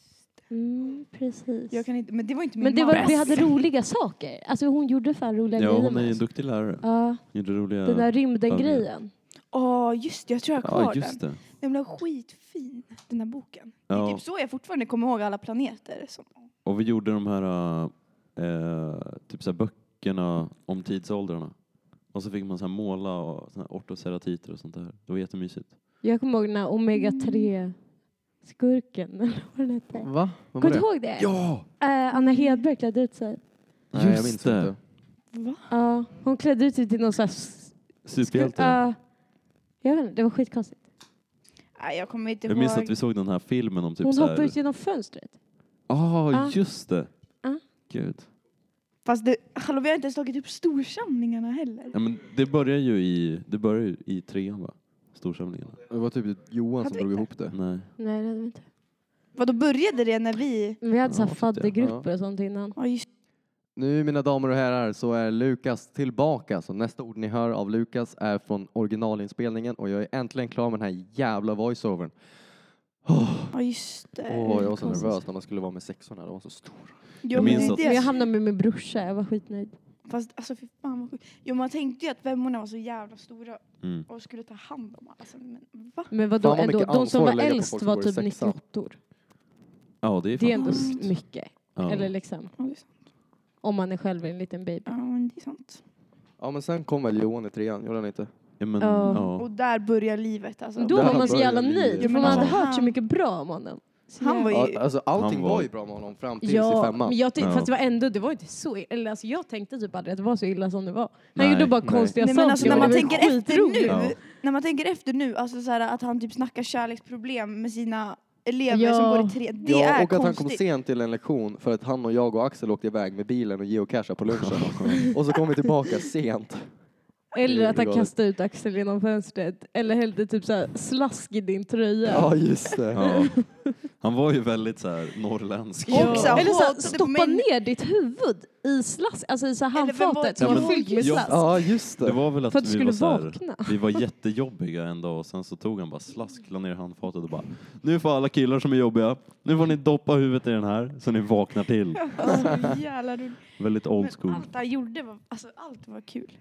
Speaker 4: Mm, precis.
Speaker 5: Jag kan inte, men det var inte min
Speaker 4: Men det
Speaker 5: mamma.
Speaker 4: var, vi hade roliga saker. Alltså hon gjorde fan roliga
Speaker 3: Ja,
Speaker 4: grejer
Speaker 3: hon är
Speaker 4: med
Speaker 3: ju en
Speaker 4: oss.
Speaker 3: duktig lärare.
Speaker 4: Ja,
Speaker 3: Gjorde roliga...
Speaker 4: den där rymden-grejen.
Speaker 5: Åh just det, jag tror jag har kvar
Speaker 3: Ja,
Speaker 5: den.
Speaker 3: just det.
Speaker 5: Den blev skitfin, den där boken. Det är
Speaker 3: Ja.
Speaker 5: typ så jag fortfarande kommer ihåg alla planeter. Som,
Speaker 3: Och vi gjorde de här, eh, typ så här böckerna om tidsåldrarna. Och så fick man så här måla och såna här ortoceratiter och sånt där. Det var jättemysigt.
Speaker 4: Jag kommer ihåg den här Mm. omega-3-skurken. Eller vad den hette. Kommer
Speaker 2: Va? Vem
Speaker 4: du
Speaker 2: var
Speaker 4: inte
Speaker 2: det?
Speaker 4: ihåg det?
Speaker 3: Ja!
Speaker 4: Eh, Anna Hedberg klädde ut sig.
Speaker 2: Nej, jag
Speaker 3: Just
Speaker 2: minns
Speaker 3: det.
Speaker 2: inte.
Speaker 4: Ja, hon klädde ut sig till någon slags
Speaker 3: Superhjälte.
Speaker 4: Ja. jag vet inte, det var skitkonstigt.
Speaker 5: nej, jag kommer inte
Speaker 3: jag
Speaker 5: ihåg.
Speaker 3: minns att vi såg den här filmen om typ
Speaker 4: Hon
Speaker 3: så här...
Speaker 4: hoppade ut Ah. genom fönstret.
Speaker 3: Ah,
Speaker 4: Ja.
Speaker 3: just det.
Speaker 4: Ja.
Speaker 3: Gud.
Speaker 5: Fast det, hallå, vi har inte ens tagit upp storsamlingarna heller.
Speaker 3: Ja, men det börjar ju i, det börjar ju i trean va? Storsamlingarna.
Speaker 2: Det var typ Johan
Speaker 5: Hade
Speaker 2: som
Speaker 5: vi
Speaker 2: drog
Speaker 5: inte?
Speaker 2: ihop det.
Speaker 3: Nej.
Speaker 4: Nej, det hade vi inte.
Speaker 5: Vad då började det när vi...
Speaker 4: Men Vi hade så
Speaker 2: typ
Speaker 3: Ja,
Speaker 4: här faddergrupper och sånt innan.
Speaker 5: Ja, just
Speaker 2: Nu mina damer och herrar så är Lukas tillbaka. Så nästa ord ni hör av Lukas är från originalinspelningen och jag är äntligen klar med den här jävla voiceovern.
Speaker 5: ja, just det.
Speaker 2: Åh, jag var så
Speaker 4: Äh, konstigt.
Speaker 2: nervös när man skulle vara med sexorna. De var så stora.
Speaker 5: Jo,
Speaker 3: jag
Speaker 5: men
Speaker 3: minns
Speaker 5: det är
Speaker 3: att-
Speaker 5: det
Speaker 4: Men jag
Speaker 5: som-
Speaker 4: hamnade med min brorsa, jag var skitnöjd.
Speaker 5: Fast alltså fy fan vad sjukt. Jo man tänkte ju att vemmorna var så jävla stora
Speaker 3: Mm.
Speaker 5: och skulle ta hand om alla. Alltså, men va?
Speaker 4: Men
Speaker 2: Fan,
Speaker 4: vadå,
Speaker 2: vad
Speaker 4: ändå,
Speaker 2: mycket
Speaker 4: de som
Speaker 2: ansvar
Speaker 4: var
Speaker 2: lägger på
Speaker 4: äldst
Speaker 2: folk som
Speaker 4: var
Speaker 2: går i
Speaker 4: typ
Speaker 2: sexan.
Speaker 4: 98
Speaker 3: Ja, det är fan
Speaker 4: Det är ändå
Speaker 5: sjukt.
Speaker 4: mycket.
Speaker 3: ja.
Speaker 4: Eller liksom,
Speaker 5: Ja, det är sant.
Speaker 4: om man är själv en liten baby.
Speaker 5: Ja, men det är sant.
Speaker 2: Ja, men sen kom väl Johan i trean, gjorde han inte?
Speaker 3: Ja, men,
Speaker 4: Ja.
Speaker 5: Och
Speaker 3: ja.
Speaker 5: där börjar livet alltså.
Speaker 4: Då
Speaker 2: där
Speaker 4: var man så
Speaker 2: började
Speaker 4: jävla
Speaker 2: vi-
Speaker 4: nöjd,
Speaker 5: Ja,
Speaker 4: för
Speaker 5: men
Speaker 4: man hade
Speaker 5: alltså,
Speaker 4: hört så
Speaker 5: han-
Speaker 4: mycket bra om honom. Så
Speaker 5: Han var ju-
Speaker 2: Ja, alltså, allting
Speaker 3: Han
Speaker 2: var...
Speaker 3: var-
Speaker 2: ju bra med honom fram tills i
Speaker 4: Ja,
Speaker 2: femman.
Speaker 4: men jag tyck-
Speaker 3: Ja.
Speaker 4: fast det var ändå, det var inte så illa. Eller alltså jag tänkte typ aldrig att det var så illa som det var. Han
Speaker 3: Nej,
Speaker 4: gjorde bara
Speaker 2: nej.
Speaker 4: konstiga
Speaker 5: Nej,
Speaker 4: saker.
Speaker 5: men alltså,
Speaker 4: och
Speaker 5: när
Speaker 4: det
Speaker 5: man
Speaker 4: var
Speaker 5: tänker efter
Speaker 4: skitroligt.
Speaker 5: nu,
Speaker 3: Ja.
Speaker 5: när man tänker efter nu, alltså så här, att han typ snackar kärleksproblem med sina elever
Speaker 4: Ja.
Speaker 5: som går i tre, det
Speaker 2: ja,
Speaker 5: är
Speaker 2: och att han kom
Speaker 5: konstigt.
Speaker 2: sent till en lektion för att han och jag och Axel åkte iväg med bilen och geocachade på lunchen. och så kom vi tillbaka sent.
Speaker 4: Eller att han
Speaker 2: Galet.
Speaker 4: kastade ut Axel genom fönstret. Eller hällde typ så här slask i din tröja.
Speaker 2: Ja, just det.
Speaker 4: [laughs]
Speaker 3: Ja. Han var ju väldigt så här norrländsk.
Speaker 5: Ja. Och så här
Speaker 4: Eller så här,
Speaker 5: hatade på
Speaker 4: stoppa
Speaker 5: män.
Speaker 4: ner ditt huvud i slask, alltså i så här
Speaker 5: Eller vem var-
Speaker 4: handfatet som
Speaker 3: Ja,
Speaker 4: var
Speaker 3: men-
Speaker 4: fyllt med
Speaker 3: Ja.
Speaker 4: slask.
Speaker 2: Ja, just
Speaker 3: Det
Speaker 2: det.
Speaker 3: var väl att,
Speaker 4: För att du
Speaker 3: vi, var
Speaker 4: skulle
Speaker 3: så här,
Speaker 4: vakna.
Speaker 3: vi var jättejobbiga en dag och sen så tog han bara slask, la ner handfatet och bara Nu får alla killar som är jobbiga, nu får ni doppa huvudet i den här så ni vaknar till.
Speaker 5: Alltså, så jävla roligt.
Speaker 3: Väldigt old
Speaker 5: Men
Speaker 3: school.
Speaker 5: allt han gjorde var, alltså allt var kul.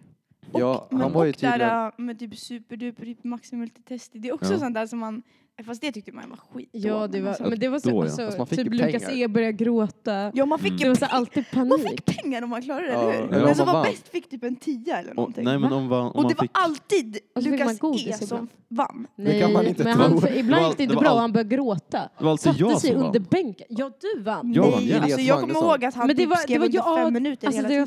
Speaker 2: Ja,
Speaker 5: Men
Speaker 2: han var ju
Speaker 5: och där
Speaker 2: tydligen...
Speaker 5: äh, med typ superduper typ maximultitesti, det är också
Speaker 3: Ja.
Speaker 5: sånt där som man, fast det tyckte man var skit.
Speaker 4: Ja, det var, men det var så,
Speaker 3: Då, ja.
Speaker 4: alltså,
Speaker 2: Fast man fick
Speaker 4: typ
Speaker 2: ju
Speaker 4: Lukas
Speaker 2: pengar.
Speaker 4: E började gråta.
Speaker 5: Ja man fick
Speaker 3: Mm.
Speaker 5: ju
Speaker 4: Det var så här, alltid
Speaker 5: Man
Speaker 4: panik.
Speaker 5: fick pengar om man klarade det,
Speaker 2: Ja,
Speaker 5: eller hur?
Speaker 2: eller om
Speaker 5: Den som
Speaker 2: man
Speaker 5: var
Speaker 2: vann.
Speaker 5: bäst fick typ en tia eller
Speaker 3: Och,
Speaker 5: någonting.
Speaker 3: nej men om, va, om
Speaker 5: och det
Speaker 3: man fick
Speaker 5: var alltid
Speaker 4: Och så fick man
Speaker 5: Lukas
Speaker 4: godis
Speaker 5: E som
Speaker 4: ibland.
Speaker 5: vann.
Speaker 2: Det kan man inte
Speaker 4: men
Speaker 2: tro.
Speaker 4: han,
Speaker 2: Det
Speaker 4: för,
Speaker 2: var
Speaker 4: ibland
Speaker 3: all-
Speaker 4: gick det
Speaker 3: det
Speaker 4: inte
Speaker 3: var
Speaker 4: bra och
Speaker 3: all-
Speaker 4: han började gråta.
Speaker 3: det var alltså
Speaker 4: Satte
Speaker 3: jag
Speaker 4: sig
Speaker 3: som vann.
Speaker 4: under bänken. Ja, du vann.
Speaker 3: Jag vann,
Speaker 5: nej,
Speaker 3: ja.
Speaker 5: alltså, jag kommer
Speaker 2: Magnusson.
Speaker 5: ihåg att han
Speaker 4: Men det
Speaker 5: typ
Speaker 4: var-
Speaker 5: skrev
Speaker 4: det var
Speaker 5: under
Speaker 4: jag-
Speaker 5: fem minuter
Speaker 4: Alltså
Speaker 5: hela
Speaker 4: det var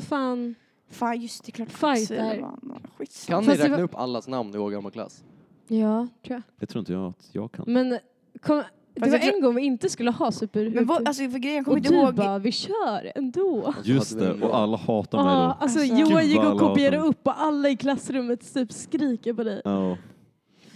Speaker 4: fan...
Speaker 5: tiden. Fan just det, klart
Speaker 4: Fight
Speaker 5: Axel
Speaker 4: där.
Speaker 5: vann. Skitsamma.
Speaker 2: Kan ni
Speaker 4: Fast det
Speaker 2: räkna
Speaker 4: var-
Speaker 2: upp allas namn i vår gamla klass?
Speaker 4: Ja, tror jag.
Speaker 3: Jag tror inte jag att jag kan.
Speaker 4: Men kom, det
Speaker 5: Fast
Speaker 4: var
Speaker 5: jag tror-
Speaker 4: en gång vi inte skulle ha superhuvud.
Speaker 5: Men vad, alltså för grejen, jag kommer
Speaker 4: och
Speaker 5: inte
Speaker 4: du
Speaker 5: ihåg.
Speaker 4: bara, vi kör ändå.
Speaker 2: Och så
Speaker 3: Just
Speaker 2: Alltså, hade vi en-
Speaker 3: det, och alla hatar mig
Speaker 4: Ah,
Speaker 3: då.
Speaker 4: alltså,
Speaker 5: Alltså,
Speaker 4: Johan
Speaker 3: gud
Speaker 4: gick
Speaker 3: vad
Speaker 4: och
Speaker 3: alla
Speaker 4: kopierade
Speaker 3: hatar.
Speaker 4: upp och alla i klassrummet typ skriker på dig.
Speaker 3: Ja.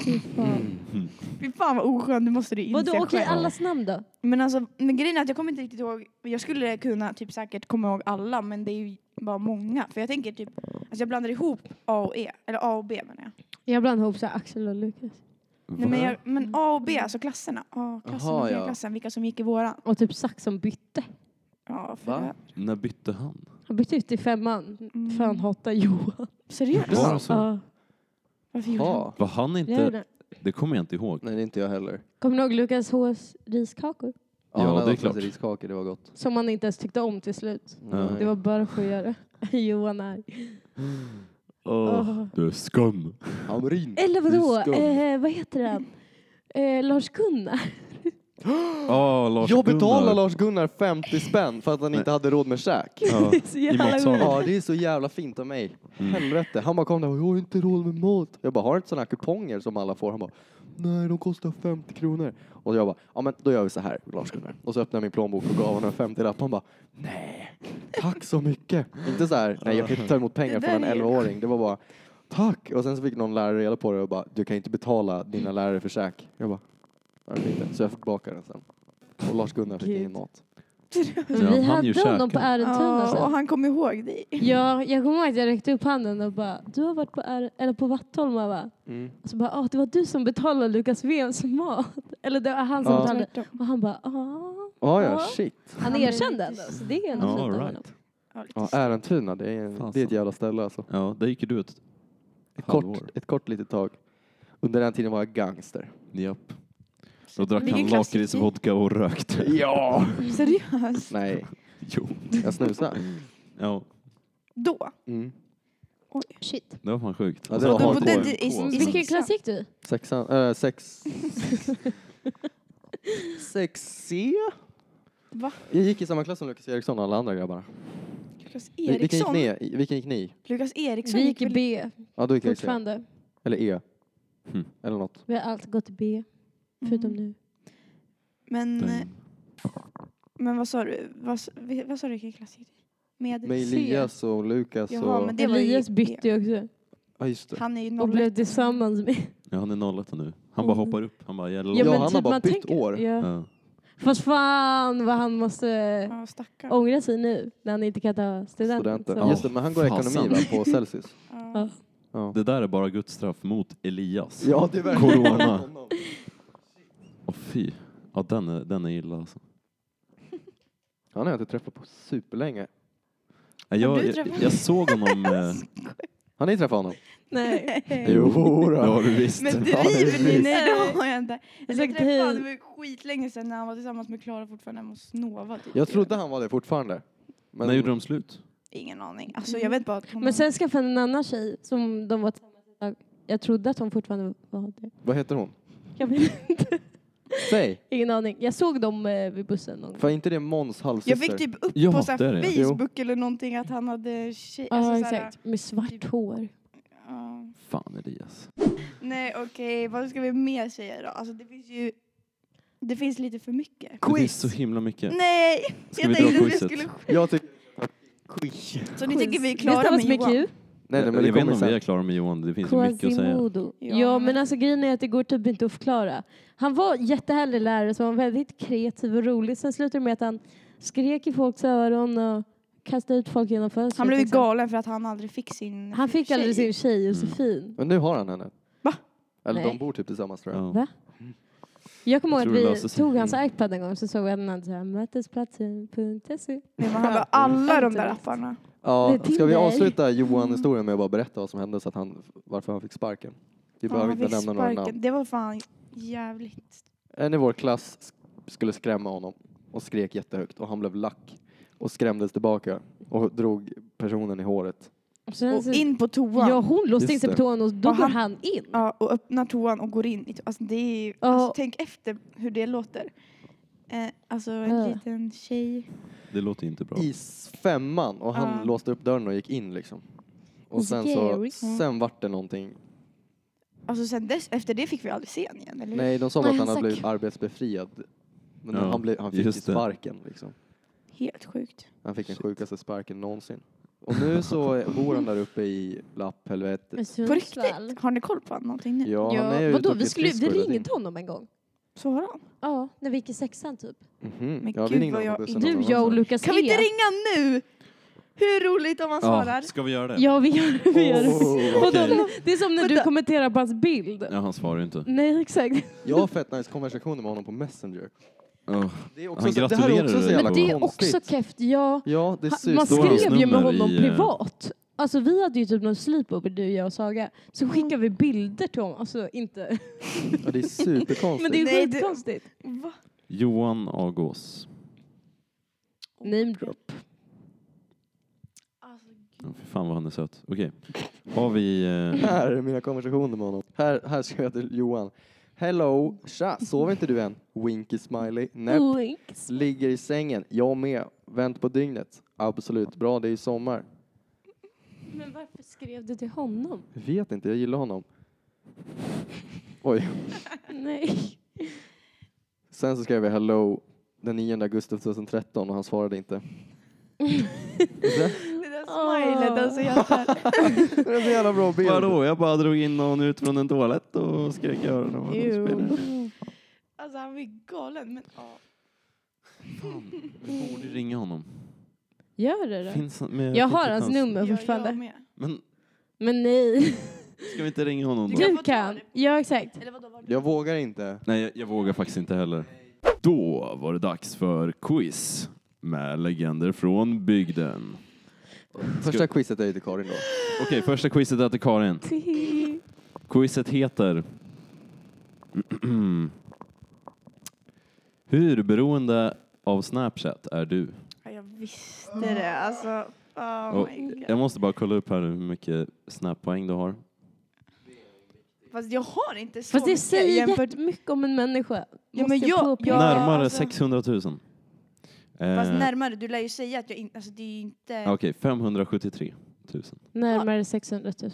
Speaker 4: Fy fan.
Speaker 3: Mm.
Speaker 5: Fy fan vad oskön, du måste du inse
Speaker 4: Vadå, okej
Speaker 5: själv.
Speaker 4: allas namn då?
Speaker 5: Men alltså, men grejen är att jag kommer inte riktigt ihåg. Jag skulle kunna typ säkert komma ihåg alla, men det är ju bara många. För jag tänker typ, alltså jag blandar ihop A och E, eller A och B menar jag.
Speaker 4: Jag blandade ihop så här, Axel och Lukas.
Speaker 5: Nej, men, jag, men A och B, alltså klasserna. A-klassen
Speaker 2: Aha,
Speaker 5: och
Speaker 2: ja.
Speaker 5: B-klassen, vilka som gick i våran.
Speaker 4: Och typ Sax som bytte.
Speaker 5: Ja, för
Speaker 2: Va?
Speaker 3: När bytte han?
Speaker 4: Han bytte ut i femman
Speaker 5: Mm.
Speaker 4: för han hatar Johan.
Speaker 5: Seriöst?
Speaker 3: Var det så?
Speaker 4: Ja,
Speaker 5: Varför gjorde han?
Speaker 2: Ja.
Speaker 3: Var han inte...
Speaker 4: jag gjorde det.
Speaker 3: Det kommer jag inte ihåg.
Speaker 2: Nej, det är inte jag heller.
Speaker 4: Kommer ni ihåg Lukas Hs riskakor?
Speaker 3: Ja,
Speaker 2: han
Speaker 3: det
Speaker 2: hade
Speaker 3: är klart.
Speaker 2: också Riskakor, det var gott.
Speaker 4: Som han inte ens tyckte om till slut.
Speaker 2: Nej.
Speaker 4: Det var bara att göra. [laughs] Johan är. Åh.
Speaker 3: Du är skum.
Speaker 2: Hamrin.
Speaker 4: Eller
Speaker 2: Du är
Speaker 4: vadå,
Speaker 2: skum.
Speaker 4: eh, vad heter han? Eh, Lars-Gunnar.
Speaker 3: Oh, Lars
Speaker 2: Jag betalar
Speaker 3: Gunnar.
Speaker 2: Lars-Gunnar 50 spänn för att han inte hade råd med käk.
Speaker 3: Ja.
Speaker 4: Det är [laughs] så
Speaker 3: I
Speaker 4: jävla
Speaker 3: matsalen.
Speaker 4: roligt.
Speaker 2: Ja, det är så jävla fint av mig.
Speaker 3: Mm.
Speaker 2: Helvete. Han bara kom där och jag har inte råd med mat. Jag bara, har du inte sådana här kuponger som alla får? Han bara, nej de kostar 50 kronor. Och jag bara, ja men då gör vi så här Lars-Gunnar. Och så öppnade jag min plånbok och gav honom en 50-lapp. Han bara, nej, tack så mycket. Inte så här, nej jag kan inte ta emot pengar
Speaker 5: Det
Speaker 2: från
Speaker 5: där
Speaker 2: en
Speaker 5: är-
Speaker 2: 11-åring. Det var bara, tack. Och sen så fick någon lärare reda på det och bara, du kan inte betala dina lärare för käk. Jag bara, "Nej, det är inte." Så jag fick tillbaka den sen. Och Lars-Gunnar fick
Speaker 4: Gud.
Speaker 2: ingen mat.
Speaker 3: Ja,
Speaker 4: Vi
Speaker 3: han ju
Speaker 4: hade
Speaker 3: käkar.
Speaker 4: honom på Ärentuna
Speaker 5: Ja, och
Speaker 4: sen.
Speaker 5: han kom ihåg dig.
Speaker 4: alltså? Ja, jag kommer ihåg att jag räckte upp handen och bara, du har varit på, Är- eller på Vattholma va? Och så bara, ah, det var du som betalade Lukas Vems mat. [laughs] Eller Alltså, det var han som
Speaker 2: Ja.
Speaker 4: betalade. Och han bara, ah.
Speaker 2: Ja, ja,
Speaker 4: Ja.
Speaker 2: shit.
Speaker 4: Han
Speaker 5: Han är
Speaker 4: erkände ändå,
Speaker 5: lite-
Speaker 4: så det är ändå fint
Speaker 3: Ja,
Speaker 4: av honom.
Speaker 3: right.
Speaker 5: Ja,
Speaker 2: Ja, äh,
Speaker 5: lite så.
Speaker 2: Ärentuna, det är,
Speaker 3: Fasen.
Speaker 2: det är ett jävla ställe alltså.
Speaker 3: Ja, där gick ju du ut.
Speaker 2: Ett
Speaker 3: Halvår.
Speaker 2: kort, ett kort litet tag. Under den tiden var jag gangster.
Speaker 3: Japp. Då drack
Speaker 5: Vilken
Speaker 3: han
Speaker 5: klassiker.
Speaker 3: lakritsvodka och rökte.
Speaker 2: Ja! [laughs]
Speaker 5: Seriöst?
Speaker 2: Nej,
Speaker 3: [laughs] Jo.
Speaker 2: jag snusade.
Speaker 3: Ja,
Speaker 5: Då?
Speaker 2: Mm.
Speaker 4: Shit.
Speaker 3: det var fan sjukt.
Speaker 2: Ja, det var
Speaker 3: Alltså,
Speaker 2: hardcore.
Speaker 3: var
Speaker 5: Den-
Speaker 3: en
Speaker 5: i-
Speaker 3: kås.
Speaker 5: i-
Speaker 4: Vilken klass gick du i?
Speaker 2: Sexan, äh, sex... Sex C?
Speaker 5: Va?
Speaker 2: Jag gick i samma klass som Lukas Eriksson och alla andra grabbarna.
Speaker 5: Lukas
Speaker 2: Vi- Vilken gick,
Speaker 5: Eriksson?
Speaker 2: ni, i? vilken gick ni? i?
Speaker 5: Lukas Eriksson
Speaker 4: Vi gick i
Speaker 5: väl-
Speaker 4: B
Speaker 2: Ja, då gick jag i C.
Speaker 4: fortfarande.
Speaker 2: Eller E.
Speaker 3: Hmm.
Speaker 2: Eller något.
Speaker 4: Vi har alltid gått i B, förutom
Speaker 5: Mm.
Speaker 4: nu.
Speaker 5: Men, eh,
Speaker 3: Den-
Speaker 5: men vad sa du? Vad, s- vi- vad sa du vilken klass gick du i? Med,
Speaker 2: Med
Speaker 5: C.
Speaker 2: Elias och Lukas
Speaker 5: Jaha,
Speaker 2: och...
Speaker 5: men det var ju-
Speaker 4: Elias bytte ju också
Speaker 2: Ja, just det.
Speaker 5: Han är ju
Speaker 4: och
Speaker 5: 01.
Speaker 4: blev tillsammans med...
Speaker 5: Oh.
Speaker 3: Ja, han är 01 nu. Han bara hoppar upp. Han bara, jag
Speaker 4: Ja,
Speaker 2: Ja,
Speaker 4: men
Speaker 2: han
Speaker 4: typ
Speaker 2: har bara
Speaker 4: man
Speaker 2: bytt
Speaker 4: tänker-
Speaker 2: år.
Speaker 4: Ja.
Speaker 3: Ja.
Speaker 4: Fast fan vad han måste
Speaker 5: Ja, stackarn.
Speaker 4: ångra sig nu när han inte kan ta studenten.
Speaker 2: Studenter.
Speaker 4: Så-
Speaker 2: Just
Speaker 5: [laughs]
Speaker 2: det, men han går
Speaker 3: Fasen.
Speaker 2: ekonomi va,
Speaker 3: [laughs]
Speaker 2: på Celsius.
Speaker 5: Ja.
Speaker 2: Ja,
Speaker 3: Det där är bara Guds straff mot Elias.
Speaker 2: ja det är verkligen
Speaker 3: Corona. Åh fy. Ja, den är, den är illa alltså.
Speaker 2: Han har jag inte träffat på superlänge.
Speaker 3: Nej,
Speaker 5: Har
Speaker 3: Jag,
Speaker 5: du
Speaker 3: jag,
Speaker 5: träffat-
Speaker 3: jag såg
Speaker 5: [laughs]
Speaker 3: honom... eh,
Speaker 2: Har ni träffat honom?
Speaker 4: Nej.
Speaker 2: Jo, då.
Speaker 3: det har du visst.
Speaker 5: Men
Speaker 2: Ja, det är
Speaker 5: driver ni?
Speaker 2: precis.
Speaker 5: Nej det har jag inte.
Speaker 4: Jag
Speaker 5: Jag
Speaker 4: sa
Speaker 5: träffade honom
Speaker 4: hej.
Speaker 5: det var skitlänge sedan när han var tillsammans med Klara fortfarande hemma hos Nova. Typ.
Speaker 2: Jag trodde han var det fortfarande. Men
Speaker 3: När gjorde de slut?
Speaker 5: Ingen aning. Alltså jag vet bara att hon...
Speaker 4: Mm. Men sen skaffade han en annan tjej som de var tillsammans ett tag. Jag trodde att hon fortfarande var det.
Speaker 2: vad heter hon?
Speaker 4: Jag vet inte.
Speaker 2: Säg!
Speaker 4: Ingen aning. Jag såg dem eh, vid bussen någon gång.
Speaker 2: För inte det Måns halvsyster?
Speaker 5: jag fick typ upp
Speaker 3: Ja,
Speaker 5: på
Speaker 3: det är det.
Speaker 5: såhär,
Speaker 2: Jo.
Speaker 5: Facebook eller någonting att han hade tjej...
Speaker 4: Ja,
Speaker 5: alltså, såhär,
Speaker 4: exakt. Med svart hår.
Speaker 5: ja.
Speaker 3: Fan Elias.
Speaker 5: Nej okej, vad ska vi mer säga då? Alltså det finns ju... Det finns lite för mycket.
Speaker 3: Det finns så himla mycket.
Speaker 5: Nej!
Speaker 3: Ska
Speaker 5: jag
Speaker 3: vi dra
Speaker 5: tänkte att vi
Speaker 3: quizet?
Speaker 5: skulle...
Speaker 2: Jag tycker... Quiz.
Speaker 5: Så ni tycker vi är
Speaker 4: Det
Speaker 5: klara med
Speaker 4: stavas med
Speaker 5: Johan?
Speaker 4: Q.
Speaker 2: Nej, nej, men det
Speaker 3: jag vet inte
Speaker 2: kommer
Speaker 3: om vi är
Speaker 2: sen.
Speaker 3: klara med Johan. Det finns ju mycket att säga.
Speaker 4: Quasimodo. Ja.
Speaker 5: Ja.
Speaker 4: men alltså grejen är att det går typ inte att förklara. Han var jättehärlig lärare som var väldigt kreativ och rolig. Sen slutade det med att han skrek i folks öron och kastade ut folk genom fönstret.
Speaker 5: Han blev ju
Speaker 4: liksom.
Speaker 5: galen för att han aldrig fick sin
Speaker 4: Han fick
Speaker 5: tjej.
Speaker 4: aldrig sin tjej
Speaker 2: Mm.
Speaker 4: Josefin.
Speaker 2: Men nu har han henne.
Speaker 5: Va?
Speaker 2: Eller
Speaker 4: Nej.
Speaker 2: de bor typ tillsammans tror jag.
Speaker 3: Ja.
Speaker 4: Va? Jag kommer
Speaker 3: Jag
Speaker 4: ihåg
Speaker 3: tror det
Speaker 4: att vi
Speaker 3: löser sig.
Speaker 4: tog hans iPad en gång och så såg vi att den hade så här mötesplatsen.se.
Speaker 5: Nej, men han bara,
Speaker 2: Mm.
Speaker 5: alla de där apparna.
Speaker 2: Ja,
Speaker 4: Det är
Speaker 2: ska vi
Speaker 4: Tinder.
Speaker 2: avsluta Johan-historien med att bara berätta vad som hände så att han, varför han fick sparken? Vi behöver
Speaker 5: han
Speaker 2: inte
Speaker 5: fick
Speaker 2: nämna några namn.
Speaker 5: sparken. Det var fan jävligt.
Speaker 2: En i vår klass sk- skulle skrämma honom och skrek jättehögt och han blev lack och skrämdes tillbaka och drog personen i håret.
Speaker 4: Och sen
Speaker 5: Och
Speaker 4: så,
Speaker 5: in på toan.
Speaker 4: ja, hon låste in
Speaker 2: Just
Speaker 4: sig
Speaker 2: det.
Speaker 4: på toan och då
Speaker 5: Och
Speaker 4: går
Speaker 5: han-
Speaker 4: han in.
Speaker 5: Ja, och öppna toan och går in. i to- Alltså, det är ju,
Speaker 4: Ja.
Speaker 5: alltså, tänk efter hur det låter. Eh, alltså en
Speaker 4: Ja.
Speaker 5: liten tjej.
Speaker 3: Det låter inte bra.
Speaker 2: I s- femman och han
Speaker 5: Ja.
Speaker 2: låste upp dörren och gick in liksom. Och sen så,
Speaker 4: Scary.
Speaker 2: sen vart det någonting.
Speaker 5: Alltså sen dess, efter det fick vi aldrig se henne igen. Eller? hur?
Speaker 2: Nej, de sa
Speaker 4: Nej,
Speaker 2: att han
Speaker 4: han
Speaker 2: hade
Speaker 4: stack.
Speaker 2: blivit arbetsbefriad. Men
Speaker 3: Ja,
Speaker 2: han, blev, han fick ju
Speaker 3: just det.
Speaker 2: sparken liksom.
Speaker 5: Helt sjukt.
Speaker 2: Han fick den
Speaker 3: Shit.
Speaker 2: sjukaste sparken någonsin. Och nu så
Speaker 3: [laughs]
Speaker 2: är- bor han där uppe i lapphelvetet.
Speaker 5: På riktigt? Har ni koll på honom någonting nu?
Speaker 2: Ja, han är
Speaker 4: Ja,
Speaker 2: ju
Speaker 4: vadå,
Speaker 2: duktig
Speaker 4: vi, skulle, vi
Speaker 2: skridskor och
Speaker 4: ringde honom en gång.
Speaker 5: Så har han.
Speaker 4: Ja, när vi gick i sexan typ.
Speaker 2: ting. Mhm.
Speaker 5: Men
Speaker 2: Ja, vi
Speaker 5: gud,
Speaker 2: ringde
Speaker 5: vad
Speaker 2: honom
Speaker 5: jag-
Speaker 2: på bussen
Speaker 4: Du,
Speaker 2: någon gång
Speaker 4: jag och
Speaker 2: sen.
Speaker 4: Lukas
Speaker 5: Kan vi inte
Speaker 4: E.
Speaker 5: ringa nu? Hur roligt om han svarar?
Speaker 3: Ska vi göra det?
Speaker 4: Ja, vi gör vi gör det.
Speaker 2: Oh,
Speaker 4: Vadå,
Speaker 3: okej.
Speaker 4: nu- Det är som när du
Speaker 5: Vänta.
Speaker 4: kommenterar på hans bild.
Speaker 3: Ja, han svarar ju inte.
Speaker 4: Nej, exakt.
Speaker 2: Jag har fett nice konversationer med honom på Messenger.
Speaker 3: Oh.
Speaker 2: Det, är
Speaker 3: Han
Speaker 2: så- det här är
Speaker 3: gratulerar
Speaker 2: också så
Speaker 3: dig.
Speaker 2: jävla
Speaker 4: Men det är
Speaker 2: konstigt.
Speaker 4: också keft. Ja,
Speaker 2: Ja, det
Speaker 4: Han-
Speaker 2: syns.
Speaker 4: man
Speaker 3: Står hans
Speaker 4: skrev ju med
Speaker 3: nummer
Speaker 4: honom
Speaker 3: i, eh,
Speaker 4: privat. Alltså vi hade ju typ någon sleepover du, jag och Saga. Så
Speaker 5: Mm.
Speaker 4: skickade vi bilder till honom. Alltså
Speaker 5: [laughs]
Speaker 4: inte.
Speaker 2: Ja, det är superkonstigt.
Speaker 4: [laughs] Men det är
Speaker 5: Nej,
Speaker 4: ju
Speaker 5: det-
Speaker 4: skitkonstigt.
Speaker 5: Va?
Speaker 3: Johan Agås.
Speaker 4: Name drop.
Speaker 5: Alltså, gud.
Speaker 3: Ja, fy fan vad han är söt. Okej. Har vi... Eh,
Speaker 2: Här är mina konversationer med honom. Här, här skrev jag till Johan. Hello, tja, sover inte du än? Winky smiley. Näpp.
Speaker 4: Oinks.
Speaker 2: Ligger i sängen. Jag med. Vänt på dygnet. Absolut. Bra, det är ju sommar.
Speaker 4: Men varför skrev du till honom?
Speaker 2: Jag vet inte, jag gillar honom. Oj.
Speaker 4: [laughs] Nej. [laughs]
Speaker 2: Sen så skrev jag hello den 9 augusti 2013 och han svarade inte.
Speaker 5: Det där smilet alltså. Jag dör.
Speaker 2: Det är en så jävla bra bild.
Speaker 3: vadå? Jag bara drog in någon ut från en toalett och skrek i öronen. vad de
Speaker 4: Ew.
Speaker 3: spelar.
Speaker 5: alltså han blir galen. Men, ja.
Speaker 3: Vi borde ringa honom.
Speaker 4: Gör det då.
Speaker 3: Finns han med
Speaker 4: Jag
Speaker 3: på
Speaker 4: har
Speaker 3: typ
Speaker 4: hans nummer
Speaker 5: Jag- jag
Speaker 4: fortfarande.
Speaker 5: med.
Speaker 3: Men
Speaker 4: Men nej.
Speaker 3: ska vi inte ringa honom då?
Speaker 4: [laughs]
Speaker 5: kan
Speaker 4: Du
Speaker 5: få ta
Speaker 4: kan.
Speaker 5: det.
Speaker 4: Ja,
Speaker 5: [laughs]
Speaker 4: exakt.
Speaker 5: Eller vadå? Var det?
Speaker 2: Jag vågar inte.
Speaker 3: Nej, jag, jag vågar faktiskt inte heller. Då var det dags för quiz med legender från bygden.
Speaker 2: Första quizet är ju till Karin då.
Speaker 3: Okej, första quizet är till Karin. Quizet heter... [clears throat] Hur beroende av Snapchat är du?
Speaker 5: Ja, jag visste det. Alltså, oh
Speaker 3: Och
Speaker 5: my god.
Speaker 3: jag måste bara kolla upp här hur mycket Snap-poäng du har.
Speaker 5: Fast jag har inte så
Speaker 4: Fast det
Speaker 5: mycket
Speaker 4: säger
Speaker 5: jämfört-
Speaker 4: jättemycket om en människa.
Speaker 5: Ja, men
Speaker 4: Måste
Speaker 5: jag-
Speaker 4: påpeka.
Speaker 5: Ja, jag-
Speaker 3: Närmare
Speaker 5: alltså.
Speaker 3: 600 000. Eh,
Speaker 5: Fast närmare, du lär ju säga att jag inte... Alltså det är ju inte...
Speaker 3: Okej, 573 000.
Speaker 4: Närmare 600 000.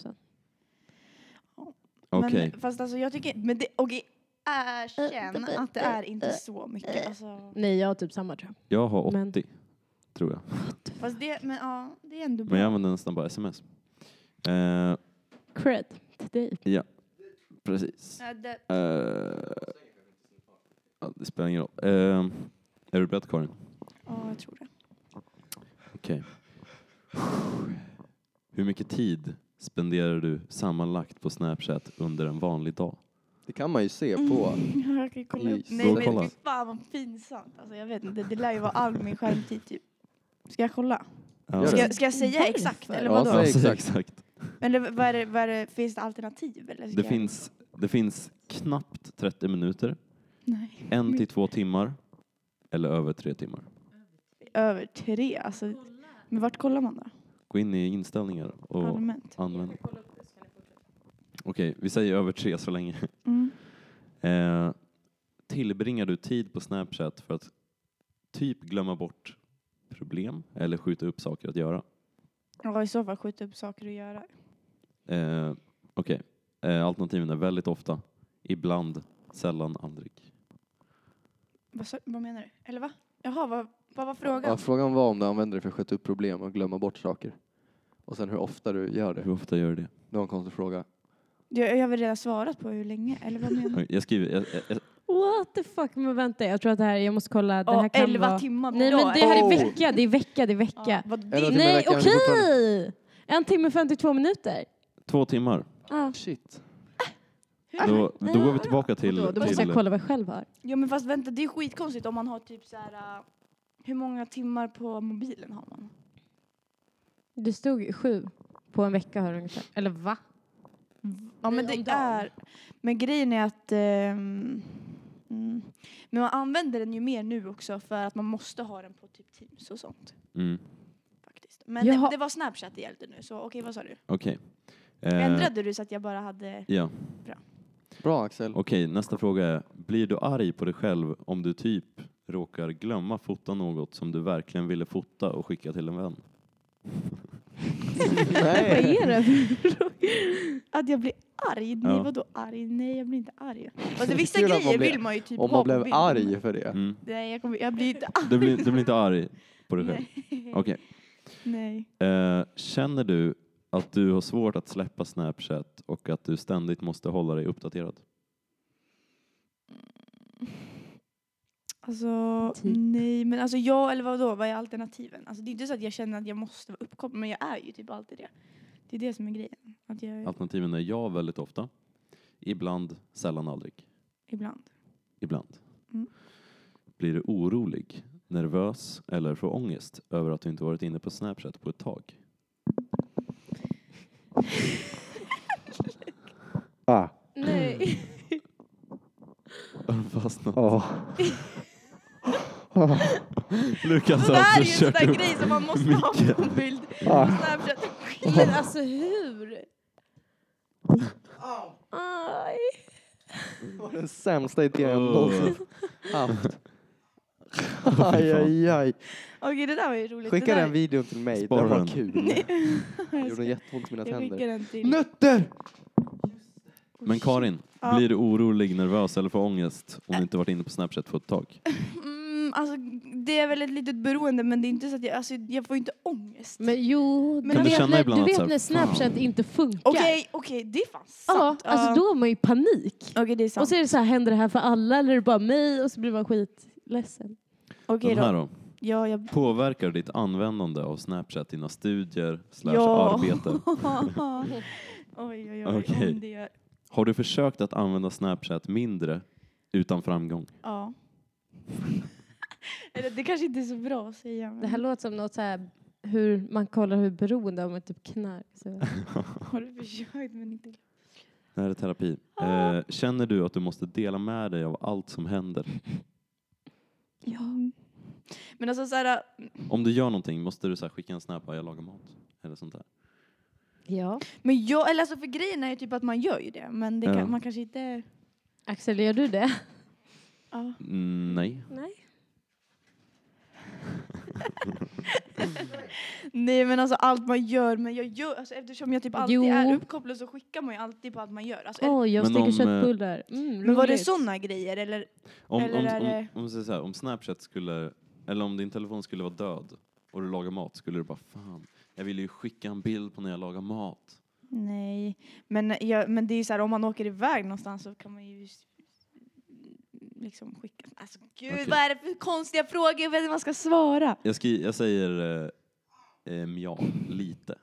Speaker 5: Men,
Speaker 3: Okej.
Speaker 5: Fast alltså jag tycker... Men det, okej, erkänn att det är inte så mycket. Alltså,
Speaker 4: Nej, jag har typ samma tror jag.
Speaker 3: Jag har 80,
Speaker 4: Men-
Speaker 3: tror jag.
Speaker 5: fast det, men ja, det är ändå bra.
Speaker 3: Men jag använder nästan bara sms. Eh,
Speaker 4: Cred till dig.
Speaker 3: precis.
Speaker 5: Ja, det,
Speaker 3: Eh, Ja, Det spelar ingen roll. Ehm, är du beredd Karin?
Speaker 5: Ja, jag tror det. [laughs]
Speaker 3: Okej. Hur mycket tid spenderar du sammanlagt på Snapchat under en vanlig dag?
Speaker 2: Det kan man ju se på.
Speaker 5: Jag kan kolla upp.
Speaker 2: Please.
Speaker 5: Nej
Speaker 3: Då kolla.
Speaker 5: men fy fan vad pinsamt. Alltså, jag vet inte, det lär ju vara all min skärmtid typ. Ska jag kolla?
Speaker 3: Ja.
Speaker 2: Gör
Speaker 5: Ska,
Speaker 2: det.
Speaker 5: jag- ska jag säga
Speaker 4: Varför?
Speaker 5: exakt eller
Speaker 2: Ja,
Speaker 5: vadå?
Speaker 2: säg.
Speaker 3: Ja, så,
Speaker 2: Exakt.
Speaker 3: exakt.
Speaker 5: Eller vad är det, vad är det, finns det alternativ? Eller ska
Speaker 3: Det
Speaker 5: jag-
Speaker 3: finns, det finns knappt 30 minuter,
Speaker 5: Nej.
Speaker 3: en till två timmar eller över tre timmar.
Speaker 5: Över tre alltså. Men vart kollar man då?
Speaker 3: Gå in i inställningar och
Speaker 5: Allmänt?
Speaker 3: använd. Okej, vi säger över tre så länge.
Speaker 5: Mm.
Speaker 3: Eh, tillbringar du tid på Snapchat för att typ glömma bort problem eller skjuta upp saker att göra?
Speaker 5: Ja i så fall skjuta upp saker att göra.
Speaker 3: Eh, Okej, eh, alternativen är väldigt ofta, ibland, sällan, aldrig.
Speaker 5: Vad, sa- vad menar du? Eller va? Jaha, vad, vad var frågan?
Speaker 2: Ja, frågan var om du använder det för att skjuta upp problem och glömma bort saker. Och sen hur ofta du gör det.
Speaker 3: Hur ofta gör du det?
Speaker 2: Det var en konstig fråga.
Speaker 5: Jag, jag har väl redan svarat på hur länge, eller vad menar du?
Speaker 4: Mm.
Speaker 3: Oj, Jag skriver, jag, jag, jag,
Speaker 4: What the fuck, men vänta jag tror att det här, jag måste kolla, det här
Speaker 5: Ja,
Speaker 4: kan
Speaker 5: elva
Speaker 4: vara...
Speaker 5: timmar per
Speaker 4: Nej
Speaker 5: dag.
Speaker 4: men det här är
Speaker 2: Oh.
Speaker 4: vecka, det är vecka, det är vecka.
Speaker 5: Ja, vad,
Speaker 2: Eller att-
Speaker 5: det,
Speaker 2: timme i
Speaker 4: Nej
Speaker 2: veckan är
Speaker 4: okej!
Speaker 2: fortfarande-
Speaker 4: En timme och 52 minuter.
Speaker 3: två timmar.
Speaker 4: Ja.
Speaker 2: Ah, Shit.
Speaker 3: Då, då går vi tillbaka till...
Speaker 4: Då, då måste jag
Speaker 3: till
Speaker 4: kolla vad jag själv har.
Speaker 5: ja men fast vänta, det är skitkonstigt om man har typ så här. äh, hur många timmar på mobilen har man?
Speaker 4: Det stod sju på en vecka här ungefär. Eller va?
Speaker 5: Ja men
Speaker 4: Nej, om
Speaker 5: det
Speaker 4: dagen.
Speaker 5: är, men grejen är att ehm, mm, men man använder den ju mer nu också för att man måste ha den på typ Teams och sånt
Speaker 3: mm,
Speaker 5: faktiskt. Men
Speaker 4: Jaha.
Speaker 5: det, det var Snapchat det gällde nu så okej vad sa du?
Speaker 3: Okej. Eh,
Speaker 5: Ändrade du så att jag bara
Speaker 4: [laughs]
Speaker 5: hade,
Speaker 3: ja.
Speaker 2: Bra Axel.
Speaker 3: Okej, nästa fråga är, blir du arg på dig själv om du typ råkar glömma fota något som du verkligen ville fota och skicka till en vän?
Speaker 4: Vad
Speaker 2: [laughs] Nej.
Speaker 4: är det?
Speaker 5: att jag blir arg? Nej
Speaker 3: Ja.
Speaker 5: vadå arg? Nej jag blir inte
Speaker 2: [laughs]
Speaker 5: arg. Fast vissa
Speaker 2: Kul att man
Speaker 5: grejer
Speaker 2: blir-
Speaker 5: vill man ju typ
Speaker 2: Om
Speaker 5: ha
Speaker 2: man
Speaker 5: på
Speaker 2: blev
Speaker 5: bild.
Speaker 2: arg för det.
Speaker 3: Mm.
Speaker 5: Nej jag, kommer, jag blir inte
Speaker 3: Du, blir, du blir inte arg på dig
Speaker 5: [laughs]
Speaker 3: själv?
Speaker 5: arg.
Speaker 3: Okej.
Speaker 5: Nej.
Speaker 3: Eh, känner du att du har svårt att släppa Snapchat och att du ständigt måste hålla dig uppdaterad?
Speaker 5: Alltså,
Speaker 4: Typ.
Speaker 5: nej men alltså jag eller vadå, vad är alternativen? Alltså det är inte så att jag känner att jag måste vara uppkopplad men jag är ju typ alltid det. Det är det som är grejen. Att jag
Speaker 3: Alternativen är ja väldigt ofta, ibland, sällan, aldrig.
Speaker 5: ibland.
Speaker 3: Ibland.
Speaker 5: Mm.
Speaker 3: Blir du orolig, nervös eller får ångest över att du inte varit inne på Snapchat på ett tag?
Speaker 2: Ah.
Speaker 4: Nej.
Speaker 3: Har du fastnat?
Speaker 2: Oh.
Speaker 3: [laughs] Lukas
Speaker 5: Så
Speaker 3: har
Speaker 5: det här är
Speaker 3: alltså
Speaker 5: ju en sån
Speaker 3: kört
Speaker 5: där
Speaker 3: upp.
Speaker 5: grej som man måste ha på bild på Snapchat.
Speaker 4: Men alltså hur? Aj.
Speaker 2: Det
Speaker 5: Ah.
Speaker 2: var den sämsta idén jag
Speaker 3: Åh.
Speaker 2: någonsin [laughs] haft. Aj, aj, aj.
Speaker 5: Okej det där var ju roligt.
Speaker 2: Skicka
Speaker 5: det där, [laughs]
Speaker 2: den videon till mig.
Speaker 3: Spara
Speaker 2: Den var
Speaker 3: den.
Speaker 2: kul. Det gjorde jätteont i mina
Speaker 5: Jag skickar
Speaker 2: tänder.
Speaker 5: den till.
Speaker 2: Nötter!
Speaker 3: Men Karin,
Speaker 5: Ja.
Speaker 3: blir du orolig, nervös eller får ångest om du inte varit inne på Snapchat på ett tag?
Speaker 5: Mm, alltså det är väl ett litet beroende men det är inte så att jag, alltså jag får ju inte ångest.
Speaker 4: Men jo,
Speaker 5: Men
Speaker 4: du
Speaker 5: kan
Speaker 3: du
Speaker 4: vet,
Speaker 3: känna
Speaker 4: när,
Speaker 3: ibland
Speaker 4: du
Speaker 3: att
Speaker 4: vet
Speaker 3: så här,
Speaker 4: när Snapchat
Speaker 3: fan.
Speaker 4: inte funkar.
Speaker 5: Okej, okej det är fan
Speaker 4: Ja,
Speaker 5: sant.
Speaker 4: alltså då har man ju panik.
Speaker 5: Okej det är sant.
Speaker 4: Och så är det så här, händer det här för alla eller är det bara mig? Och så blir man skitledsen.
Speaker 5: Okej
Speaker 3: Den här
Speaker 5: då.
Speaker 3: då.
Speaker 5: Ja, jag...
Speaker 3: Påverkar ditt användande av Snapchat dina studier slash
Speaker 5: Ja. [laughs]
Speaker 3: arbete?
Speaker 5: oj oj oj.
Speaker 3: Okej.
Speaker 5: Om det gör...
Speaker 3: Har du försökt att använda Snapchat mindre utan framgång?
Speaker 5: Ja. Eller det kanske inte är så bra att säga. Men
Speaker 4: Det här låter som något så här, hur man kollar hur beroende av man typ knark.
Speaker 5: [laughs]
Speaker 4: Så.
Speaker 5: har du försökt men inte...
Speaker 3: Det här är terapi. Eh, känner du att du måste dela med dig av allt som händer?
Speaker 5: Ja. Mm. Men alltså så här,
Speaker 3: Om du gör någonting, måste du så här skicka en snap "Ah, jag lagar mat? Eller sånt där.
Speaker 4: Ja.
Speaker 5: men jag, eller alltså för grejen är ju typ att man gör ju det. Men det
Speaker 3: Ja.
Speaker 5: kan, man kanske inte...
Speaker 4: Axel, gör du det?
Speaker 5: Ja.
Speaker 3: Mm, nej.
Speaker 4: Nej.
Speaker 5: Nej men alltså allt man gör, men jag gör, alltså eftersom jag typ alltid
Speaker 4: Jo.
Speaker 5: är uppkopplad så skickar man ju alltid på allt man gör. Alltså, eller,
Speaker 4: Åh, jag
Speaker 3: Men
Speaker 4: steker
Speaker 3: om, eh,
Speaker 4: köttbullar. Mm,
Speaker 5: men var det
Speaker 4: roligt.
Speaker 5: sådana grejer eller?
Speaker 3: Om,
Speaker 5: Eller
Speaker 3: om,
Speaker 5: är
Speaker 3: om,
Speaker 5: det-
Speaker 3: om, vi säger så här, om Snapchat skulle, eller om din telefon skulle vara död och du lagar mat, skulle du bara fan, jag ville ju skicka en bild på när jag lagar mat.
Speaker 5: Nej. Men, jag, men det är ju så här, om man åker iväg någonstans så kan man ju liksom skickat. Alltså gud,
Speaker 3: Okej.
Speaker 5: vad är det för konstiga frågor? Jag vet inte vad man ska svara.
Speaker 3: Jag, skri- jag säger eh, eh, ja, lite.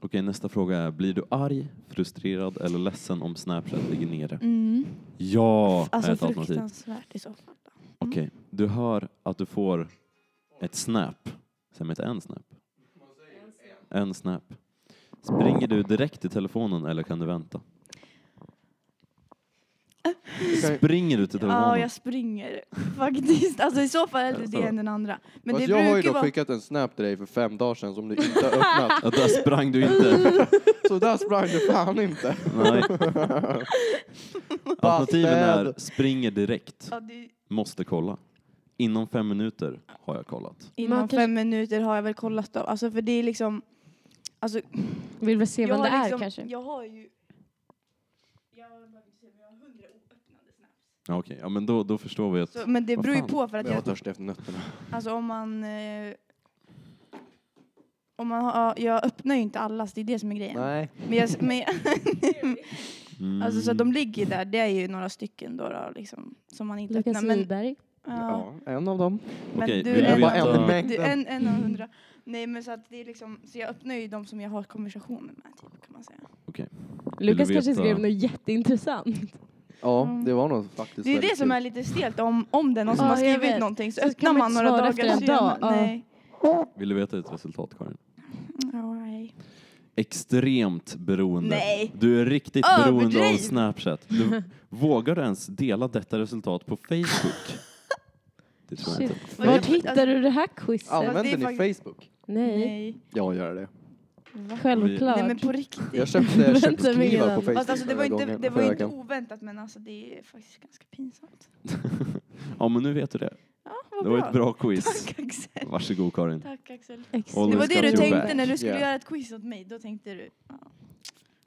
Speaker 3: Okej, nästa fråga är, blir du arg, frustrerad eller ledsen om Snapchat ligger nere?
Speaker 5: Mm.
Speaker 3: Ja, är
Speaker 5: Alltså
Speaker 3: ett alternativ.
Speaker 5: fruktansvärt i så fall.
Speaker 3: Okej, du hör att du får ett snap. Säg mig inte en snap. En snap. Springer du direkt till telefonen eller kan du vänta?
Speaker 2: Kan-
Speaker 3: Springer du till
Speaker 5: Ja,
Speaker 3: telefonen?
Speaker 5: jag springer [laughs] faktiskt. Alltså i så fall är det det än den andra. Men det
Speaker 2: Fast jag har ju
Speaker 5: brukar
Speaker 2: då
Speaker 5: vara...
Speaker 2: skickat en snap till dig för fem dagar sedan som du inte har
Speaker 5: [laughs]
Speaker 2: öppnat.
Speaker 3: Ja, där sprang du inte.
Speaker 2: Så där sprang du fan [laughs] inte.
Speaker 5: [laughs]
Speaker 3: Nej. Alternativen är
Speaker 2: Bastard.
Speaker 3: springer direkt,
Speaker 5: Ja, det...
Speaker 3: måste kolla. Inom fem minuter har jag kollat.
Speaker 5: Inom
Speaker 4: Man kanske-
Speaker 5: fem minuter har jag väl kollat då. Alltså för det är liksom... Alltså,
Speaker 4: Vill väl se
Speaker 5: jag
Speaker 4: vad det
Speaker 5: har
Speaker 4: är
Speaker 5: liksom,
Speaker 4: kanske.
Speaker 5: Jag har ju... Jag behöver inte säga, men jag har hundra oöppnade snaps.
Speaker 3: Ja, Okej, ja, men då, då förstår vi att...
Speaker 5: Så, men det
Speaker 3: Vad
Speaker 5: beror ju
Speaker 3: fan.
Speaker 5: på för
Speaker 2: Men
Speaker 5: att
Speaker 2: jag var
Speaker 5: jag...
Speaker 2: törstig efter nötterna.
Speaker 5: Alltså om man... Eh, om man har, jag öppnar ju inte allas, det är det som är grejen.
Speaker 2: Nej.
Speaker 5: Men jag, men,
Speaker 4: [laughs]
Speaker 3: Mm.
Speaker 5: alltså så att de ligger där, det är ju några stycken då, då liksom, som man inte
Speaker 4: Lukas
Speaker 5: öppnar. Men,
Speaker 4: Wiberg.
Speaker 5: ja.
Speaker 2: Ja, en av dem.
Speaker 5: Men
Speaker 3: Okej,
Speaker 5: du
Speaker 3: vill
Speaker 5: är
Speaker 3: du
Speaker 2: bara
Speaker 3: veta...
Speaker 2: en mängd.
Speaker 5: Du, en, en av hundra.
Speaker 4: Mm.
Speaker 5: Nej men så att det är liksom, så jag öppnar ju de som jag har konversationer med typ kan man säga.
Speaker 3: Vill
Speaker 4: Lukas
Speaker 3: du
Speaker 4: kanske
Speaker 3: veta-
Speaker 4: skrev något jätteintressant.
Speaker 2: Ja,
Speaker 5: Mm.
Speaker 2: det var nog faktiskt
Speaker 5: Det är det
Speaker 2: väldigt
Speaker 5: som
Speaker 2: kul.
Speaker 5: är lite stelt om, om det är någon som
Speaker 4: Ja,
Speaker 5: har
Speaker 4: jag
Speaker 5: skrivit
Speaker 4: vet.
Speaker 5: någonting så,
Speaker 4: Så
Speaker 5: öppnar
Speaker 4: kan man
Speaker 5: man
Speaker 4: inte svara
Speaker 5: några dagar
Speaker 4: efter en
Speaker 5: senare.
Speaker 4: dag, ja.
Speaker 5: Nej.
Speaker 3: Vill du veta ett resultat, Karin?
Speaker 5: Ja, nej.
Speaker 3: extremt beroende.
Speaker 5: Nej.
Speaker 3: Du är riktigt beroende av
Speaker 5: Överdriv.
Speaker 3: Snapchat.
Speaker 5: [laughs]
Speaker 3: Du, vågar du ens dela detta resultat på
Speaker 5: [laughs]
Speaker 3: Facebook? Det tror jag
Speaker 4: Shit.
Speaker 3: inte.
Speaker 4: Vart
Speaker 5: jag-
Speaker 4: hittar du det här quizet?
Speaker 5: det är
Speaker 2: Använder ni
Speaker 5: faktiskt-
Speaker 2: Facebook?
Speaker 4: Nej,
Speaker 5: Nej.
Speaker 2: Jag gör det.
Speaker 4: självklart.
Speaker 5: nej men på riktigt.
Speaker 2: [laughs] Jag
Speaker 4: Vänta,
Speaker 2: köpte
Speaker 4: men innan.
Speaker 2: köpsknivar på
Speaker 4: Fast
Speaker 2: Facebook
Speaker 5: Fast alltså det
Speaker 2: förra
Speaker 5: var inte,
Speaker 2: gången,
Speaker 5: det var
Speaker 2: förra
Speaker 5: inte
Speaker 2: veckan.
Speaker 5: oväntat men alltså det är faktiskt ganska pinsamt.
Speaker 3: ja, men nu vet du det.
Speaker 5: Ja, vad
Speaker 3: Det
Speaker 5: bra.
Speaker 3: var ett bra quiz.
Speaker 5: [laughs] Tack Axel.
Speaker 3: Varsågod Karin.
Speaker 5: Tack Axel.
Speaker 3: Always
Speaker 5: Det var det du
Speaker 3: comes
Speaker 5: tänkte
Speaker 3: back.
Speaker 5: när du skulle
Speaker 2: Yeah.
Speaker 5: göra ett quiz åt mig, då tänkte du ja,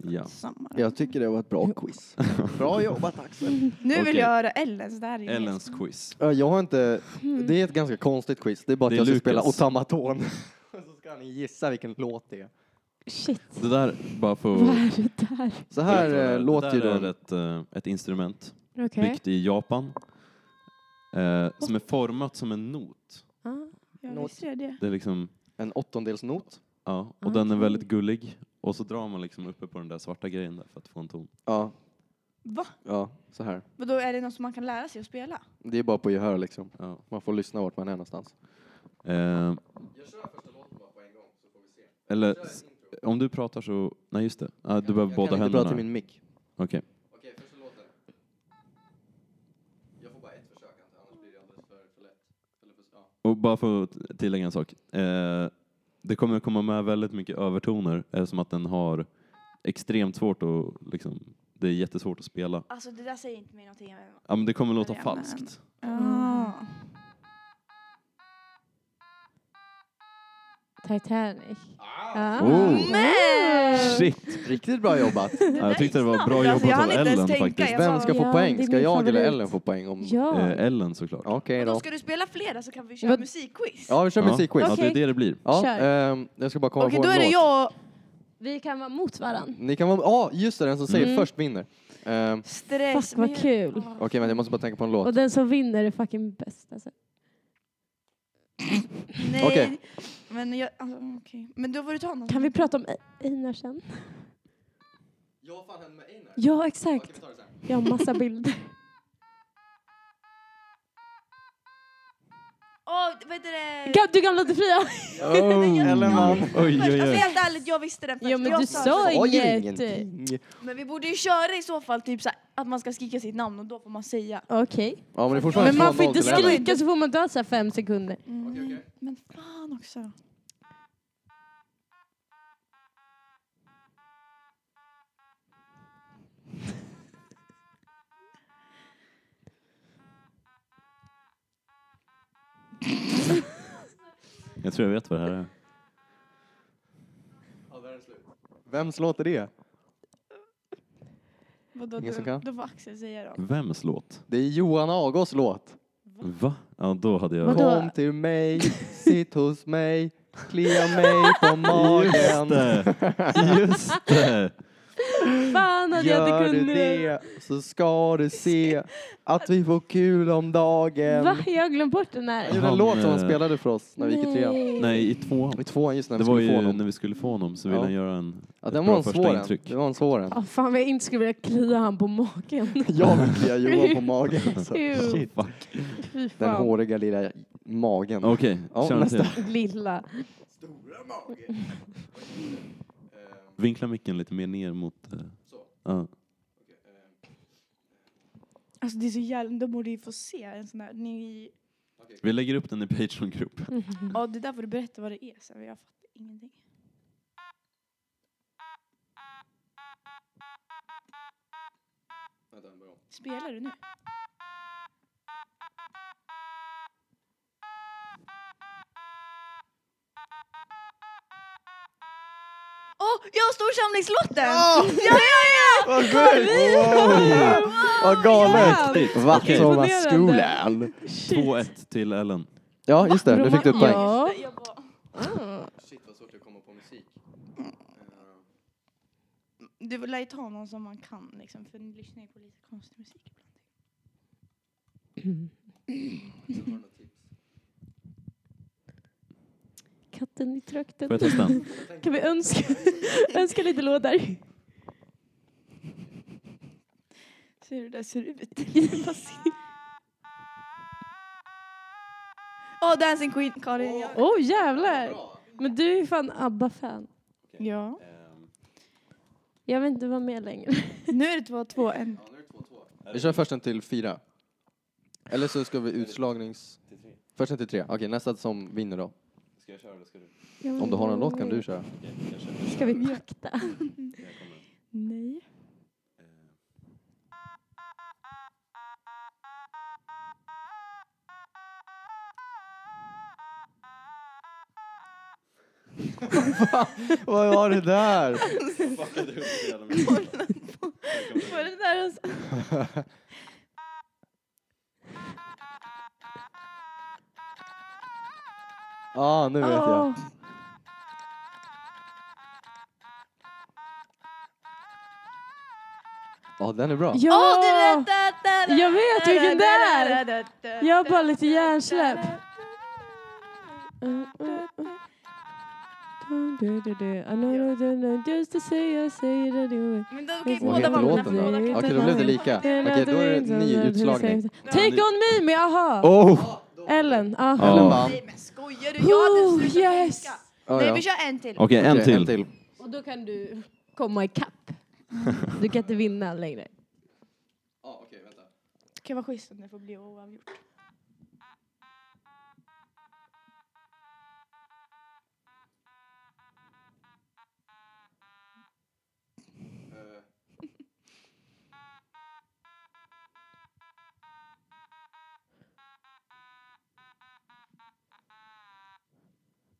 Speaker 3: Ja.
Speaker 5: samma. då.
Speaker 2: Jag tycker det var ett bra quiz. [laughs] Bra jobbat Axel.
Speaker 5: Nu vill
Speaker 3: Okej.
Speaker 5: jag höra Ellens, det här är ju
Speaker 3: Ellens
Speaker 5: mer-
Speaker 3: quiz.
Speaker 2: Ja, Jag har inte...
Speaker 5: Mm.
Speaker 4: Hmm.
Speaker 2: Det är ett ganska konstigt quiz. Det är bara
Speaker 3: Det
Speaker 2: att
Speaker 3: är
Speaker 2: jag ska
Speaker 3: Lukas.
Speaker 2: spela automaton. [laughs] Så ska ni gissa vilken låt det är.
Speaker 4: Shit,
Speaker 3: Det där, bara för
Speaker 4: vad är det där?
Speaker 2: Så här eh,
Speaker 3: det
Speaker 2: låter ju
Speaker 3: där
Speaker 2: då...
Speaker 3: är ett, eh, ett instrument
Speaker 4: Okej.
Speaker 3: byggt i Japan eh, som är format som en not.
Speaker 4: Ah.
Speaker 5: Ja, visst är det.
Speaker 3: Det är liksom,
Speaker 2: En åttondelsnot.
Speaker 3: ja, och den är väldigt gullig. Och så drar man liksom uppe på den där svarta grejen där för att få en ton.
Speaker 2: Ja,
Speaker 5: Va?
Speaker 2: ja, så här.
Speaker 5: Men då är det något som man kan lära sig att spela?
Speaker 2: Det är bara på gehör liksom.
Speaker 3: Ja.
Speaker 2: Man får lyssna vart man är någonstans.
Speaker 3: Eh, Eller s- om du pratar så... Nej, just det. Ah, du
Speaker 2: jag
Speaker 3: behöver båda
Speaker 2: kan inte
Speaker 3: händerna.
Speaker 2: prata i min mick.
Speaker 3: Okej.
Speaker 2: Okej, första låten. Jag får bara ett försök, annars blir det alldeles för, för lätt. Eller för, ja.
Speaker 3: Och bara för att tillägga en sak. Eh, det kommer komma med väldigt mycket övertoner eftersom att den har extremt svårt att... Liksom, det är jättesvårt att spela.
Speaker 5: Alltså det där säger inte mig någonting.
Speaker 3: Ja, men det kommer låta
Speaker 5: Ja, men-
Speaker 3: falskt.
Speaker 5: Ah.
Speaker 4: Titanic. Ah.
Speaker 3: Oh.
Speaker 5: Nej!
Speaker 3: Shit!
Speaker 2: Riktigt bra jobbat.
Speaker 3: Ja, jag tyckte det var bra
Speaker 5: Alltså, jag
Speaker 3: jobbat
Speaker 5: hann
Speaker 3: av
Speaker 5: inte ens
Speaker 3: Ellen
Speaker 5: tänka.
Speaker 3: faktiskt.
Speaker 5: Jag
Speaker 2: Vem ska
Speaker 5: bara-
Speaker 2: få
Speaker 4: Ja,
Speaker 2: poäng?
Speaker 4: det är
Speaker 2: Ska
Speaker 4: min
Speaker 2: jag eller
Speaker 4: favorit.
Speaker 2: Ellen få poäng? Om...
Speaker 4: Ja.
Speaker 3: Eh, Ellen såklart.
Speaker 2: Okej
Speaker 5: Och
Speaker 2: då.
Speaker 5: då ska du spela flera så kan vi köra
Speaker 4: Vad-
Speaker 5: musikquiz.
Speaker 2: Ja, vi kör
Speaker 3: Ja.
Speaker 2: musikquiz.
Speaker 3: Ja, det är det det blir.
Speaker 2: Ja,
Speaker 4: Kör.
Speaker 2: ehm, jag ska bara komma
Speaker 5: Okej,
Speaker 2: på
Speaker 5: då
Speaker 2: en
Speaker 5: är det
Speaker 2: låt.
Speaker 5: jag och
Speaker 4: Vi kan vara mot varandra.
Speaker 2: Ni kan vara... Ja, just det. Den som säger först vinner. Ehm,
Speaker 5: stress. Ah.
Speaker 4: Fuck vad kul.
Speaker 2: Okej, men jag måste bara tänka på en låt.
Speaker 4: Och den som vinner är fucking bäst alltså.
Speaker 5: Nej.
Speaker 2: Okej.
Speaker 5: Men, jag, alltså, okej. men då får du ta någon.
Speaker 4: Kan vi prata om E- Einar sen?
Speaker 2: Jag fan hände med Einar.
Speaker 4: Ja, exakt. Jag har massa [laughs] bilder.
Speaker 5: Åh, vad heter det?
Speaker 4: Gam- Du gamla du fria!
Speaker 2: [laughs] Oh, Ellen vann.
Speaker 3: Mm. Oj,
Speaker 5: Först,
Speaker 3: oj,
Speaker 5: alltså,
Speaker 3: oj.
Speaker 5: helt ärligt, jag visste den först.
Speaker 4: Ja, men
Speaker 5: jag
Speaker 4: du sa
Speaker 5: det.
Speaker 4: ju-
Speaker 2: Sa ju
Speaker 4: Inget.
Speaker 2: ingenting.
Speaker 5: Men vi borde ju köra i så fall typ så här, att man ska skrika sitt namn och då får man säga.
Speaker 4: Okej.
Speaker 2: Ja, men det är fortfarande
Speaker 4: Men man får
Speaker 2: 2-0
Speaker 4: inte
Speaker 2: till Ellen.
Speaker 4: skrika så får man dö så här fem sekunder.
Speaker 5: Mm. Men fan också.
Speaker 3: Jag tror jag vet vad det här är.
Speaker 2: Vems låt är det?
Speaker 5: Vadå,
Speaker 2: Ingen
Speaker 5: då,
Speaker 2: som kan?
Speaker 5: då får Axel säga då.
Speaker 3: Vems låt?
Speaker 2: Det är Johan Agås låt.
Speaker 3: Va? Ja, då hade jag...
Speaker 4: Vadå?
Speaker 2: Kom till mig, sitt hos mig, klia mig på magen.
Speaker 3: Just det! Just det!
Speaker 4: Fan hade att jag inte
Speaker 2: du
Speaker 4: kunde det.
Speaker 2: så ska du se att vi får kul om dagen.
Speaker 4: Va? Jag har glömt bort den
Speaker 2: Det är
Speaker 4: här.
Speaker 3: Han,
Speaker 2: den låt som han
Speaker 3: eh,
Speaker 2: spelade för oss när vi gick i trean.
Speaker 3: Nej, i tvåan.
Speaker 2: I tvåan just när
Speaker 3: Det
Speaker 2: vi
Speaker 3: var
Speaker 2: skulle
Speaker 3: ju
Speaker 2: få honom.
Speaker 3: när vi skulle få honom så ville
Speaker 2: Ja.
Speaker 3: han göra en
Speaker 2: Ja,
Speaker 3: ett
Speaker 2: den
Speaker 3: bra
Speaker 2: var en
Speaker 3: första
Speaker 2: svår en.
Speaker 3: intryck.
Speaker 2: Det var en svår en.
Speaker 4: Oh, fan vad jag inte skulle vilja klia han på magen.
Speaker 2: [laughs] Jag vill klia Johan på magen. Alltså.
Speaker 4: Ew.
Speaker 2: Shit.
Speaker 3: Fuck.
Speaker 4: Fy
Speaker 2: Den
Speaker 4: fan.
Speaker 2: håriga lilla magen.
Speaker 3: Okej,
Speaker 2: Ja,
Speaker 3: kör en
Speaker 2: nästa.
Speaker 3: till.
Speaker 4: Lilla.
Speaker 3: Vinkla micken lite mer ner mot... eh, ja.
Speaker 5: Alltså det är så jävla... De borde ju få se en sån där. Ni...
Speaker 3: Vi lägger upp den i Patreon-gruppen.
Speaker 5: Ja, det där får du berätta vad det är sen. för Jag fattar ingenting. Spelar du nu? Åh, jag har storsamlingslotten! Ja, ja, ja!
Speaker 2: Vad sjukt! Wow. Vad galet! Vattholmaskolan.
Speaker 4: Shit.
Speaker 3: 2-1 till Ellen.
Speaker 2: Ja, just det. Nu fick du upp poäng.
Speaker 4: Ja.
Speaker 5: Jag bara,
Speaker 4: Ah.
Speaker 2: Shit, vad svårt att komma på musik.
Speaker 5: Du lär ju ta någon som man kan liksom, för ni lyssnar ju på lite konstig musik ibland. [clears throat]
Speaker 4: Katten i trakten.
Speaker 3: Får jag testa?
Speaker 4: Kan vi önska, [laughs] önska lite låtar?
Speaker 5: Ser du där ser det ut? [laughs] Åh, Oh, Dancing Queen, Karin. Ja.
Speaker 4: Åh oh, jävlar! Men du är ju fan ABBA-fan.
Speaker 5: ja.
Speaker 4: Jag vill inte vara med längre.
Speaker 5: Nu är det två, två, en.
Speaker 2: Vi kör först en till fyra. Eller så ska vi utslagnings... Först en till tre. Okej, nästa som vinner då.
Speaker 3: Ska jag köra eller ska du?
Speaker 4: Jag vill
Speaker 2: Om du har
Speaker 4: inte
Speaker 2: en
Speaker 4: vara
Speaker 2: låt kan
Speaker 4: med.
Speaker 2: du [laughs] köra.
Speaker 4: Ska vi pakta?
Speaker 5: Nej.
Speaker 2: Vad var det där?
Speaker 3: [laughs]
Speaker 4: Var det där alltså?
Speaker 2: Ja, ah, nu vet jag. Ja, den är bra.
Speaker 4: Ja! Jag vet vilken det är!
Speaker 5: är!
Speaker 4: Jag har bara lite hjärnsläpp. Mm, Just to say I say it anyway.
Speaker 5: Men då, okej,
Speaker 4: Vad
Speaker 2: Vad
Speaker 5: båda
Speaker 2: heter
Speaker 5: var mina.
Speaker 2: låten då?
Speaker 5: båda
Speaker 2: Okej, då
Speaker 5: kan ta
Speaker 2: blev det
Speaker 5: den.
Speaker 2: lika. Okej, då är det
Speaker 4: Mm,
Speaker 2: ny utslagning.
Speaker 4: Take on me med aha!
Speaker 2: Oh!
Speaker 4: Ellen, aha.
Speaker 2: Ellen
Speaker 3: Ja.
Speaker 2: vann.
Speaker 5: Nej men skojar du? Jag hade
Speaker 4: Oh,
Speaker 5: slutat
Speaker 4: yes.
Speaker 5: tänka.
Speaker 2: Ja,
Speaker 5: Nej
Speaker 2: ja.
Speaker 5: vi kör en till.
Speaker 3: Okej, en
Speaker 2: Okej,
Speaker 3: till.
Speaker 4: Och då kan du komma ikapp. Du kan inte vinna längre.
Speaker 5: Det kan vara schysst om det får bli oavgjort.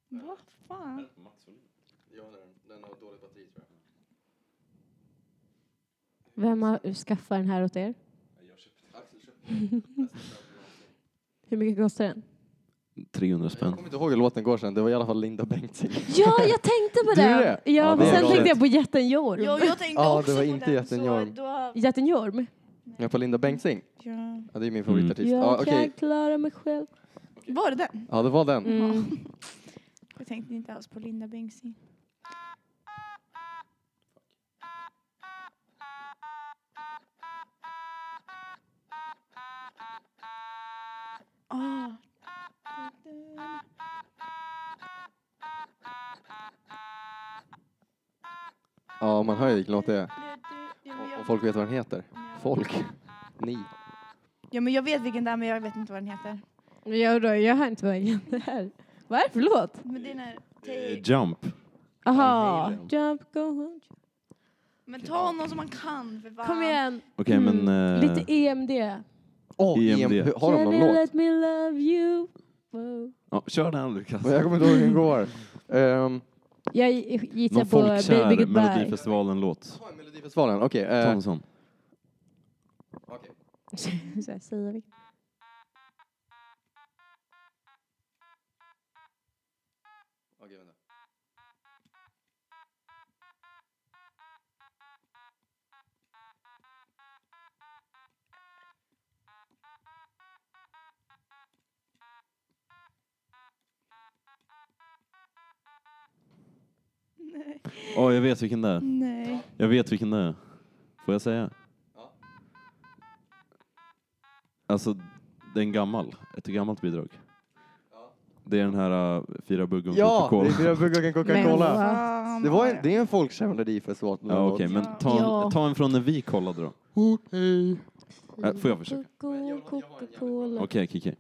Speaker 5: Vad fan?
Speaker 4: Vem har skaffat den här åt er? [laughs] Hur mycket kostar den?
Speaker 3: 300
Speaker 2: Jag
Speaker 3: spänn.
Speaker 2: kommer inte ihåg hur låten går sen. Det var i alla fall Linda Bengtzing.
Speaker 4: Ja, jag tänkte på
Speaker 2: Du
Speaker 4: den.
Speaker 2: det?
Speaker 4: Ja,
Speaker 3: Ja,
Speaker 4: men
Speaker 3: det är
Speaker 4: sen
Speaker 3: galet.
Speaker 4: tänkte jag på jätten Jorm.
Speaker 5: Ja, jag tänkte
Speaker 2: Ja,
Speaker 5: också
Speaker 2: det var
Speaker 5: på
Speaker 2: inte
Speaker 5: den,
Speaker 2: jättenorm.
Speaker 5: så då-
Speaker 4: Jätten Jorm?
Speaker 2: Jag på Linda Bengtzing.
Speaker 5: Ja.
Speaker 2: Ja, det är
Speaker 3: Mm.
Speaker 2: min favoritartist.
Speaker 4: Jag
Speaker 2: Ja, okej.
Speaker 4: kan klara mig själv.
Speaker 5: Var det den?
Speaker 2: Ja, det var den.
Speaker 4: Mm.
Speaker 5: Jag tänkte inte alls på Linda Bengtzing. Ah.
Speaker 2: Ja, man hör ju vilken låt det är. Och- Och folk vet vad den heter. Folk. Ni.
Speaker 5: Ja men jag vet vilken det är men jag vet inte vad den heter.
Speaker 4: Jag, då, jag hör inte vad det här. Vad är det för låt?
Speaker 5: Men det är den här,
Speaker 3: Eh,
Speaker 5: take-
Speaker 3: Jump.
Speaker 4: Aha.
Speaker 3: Van Halen.
Speaker 4: Jump, go home.
Speaker 5: Men ta någon som man kan för fan.
Speaker 4: Kom igen.
Speaker 3: Okej,
Speaker 4: Mm.
Speaker 3: men... eh,
Speaker 4: Lite EMD.
Speaker 2: Åh,
Speaker 3: EMD.
Speaker 2: EMD. Har de
Speaker 4: Can
Speaker 2: någon
Speaker 4: you
Speaker 2: låt?
Speaker 4: let me love you? Wow.
Speaker 3: ja, kör den Lukas.
Speaker 2: Men jag kommer inte ihåg hur den går. Ehm,
Speaker 4: Jag gissar
Speaker 3: Någon
Speaker 4: på Baby
Speaker 3: folkkär
Speaker 4: Goodbye.
Speaker 3: Melodifestivalen-låt.
Speaker 2: Ta en Melodifestivalen, okej.
Speaker 3: Ta
Speaker 2: eh,
Speaker 3: en sån.
Speaker 4: Så här säger vi.
Speaker 3: Åh, jag vet vilken det är.
Speaker 5: Nej.
Speaker 3: Jag vet vilken det är. Får jag säga? Alltså, det är en gammal. Ett gammalt bidrag. Det är den här äh, Fyra bugg och en
Speaker 2: Ja, det
Speaker 3: Coca-Cola.
Speaker 2: är fyra buggar och
Speaker 4: Men
Speaker 2: Coca-Cola.
Speaker 4: vad-
Speaker 5: Fan,
Speaker 2: Det, var en,
Speaker 5: Maria.
Speaker 2: det är en folkkär melodifestival.
Speaker 3: Ja, okej, men ta en,
Speaker 4: Ja.
Speaker 3: ta en från när vi kollade då. Äh, får jag
Speaker 4: Mm.
Speaker 3: försöka?
Speaker 4: Coca-Cola, Coca-Cola.
Speaker 3: Okej, Kiki.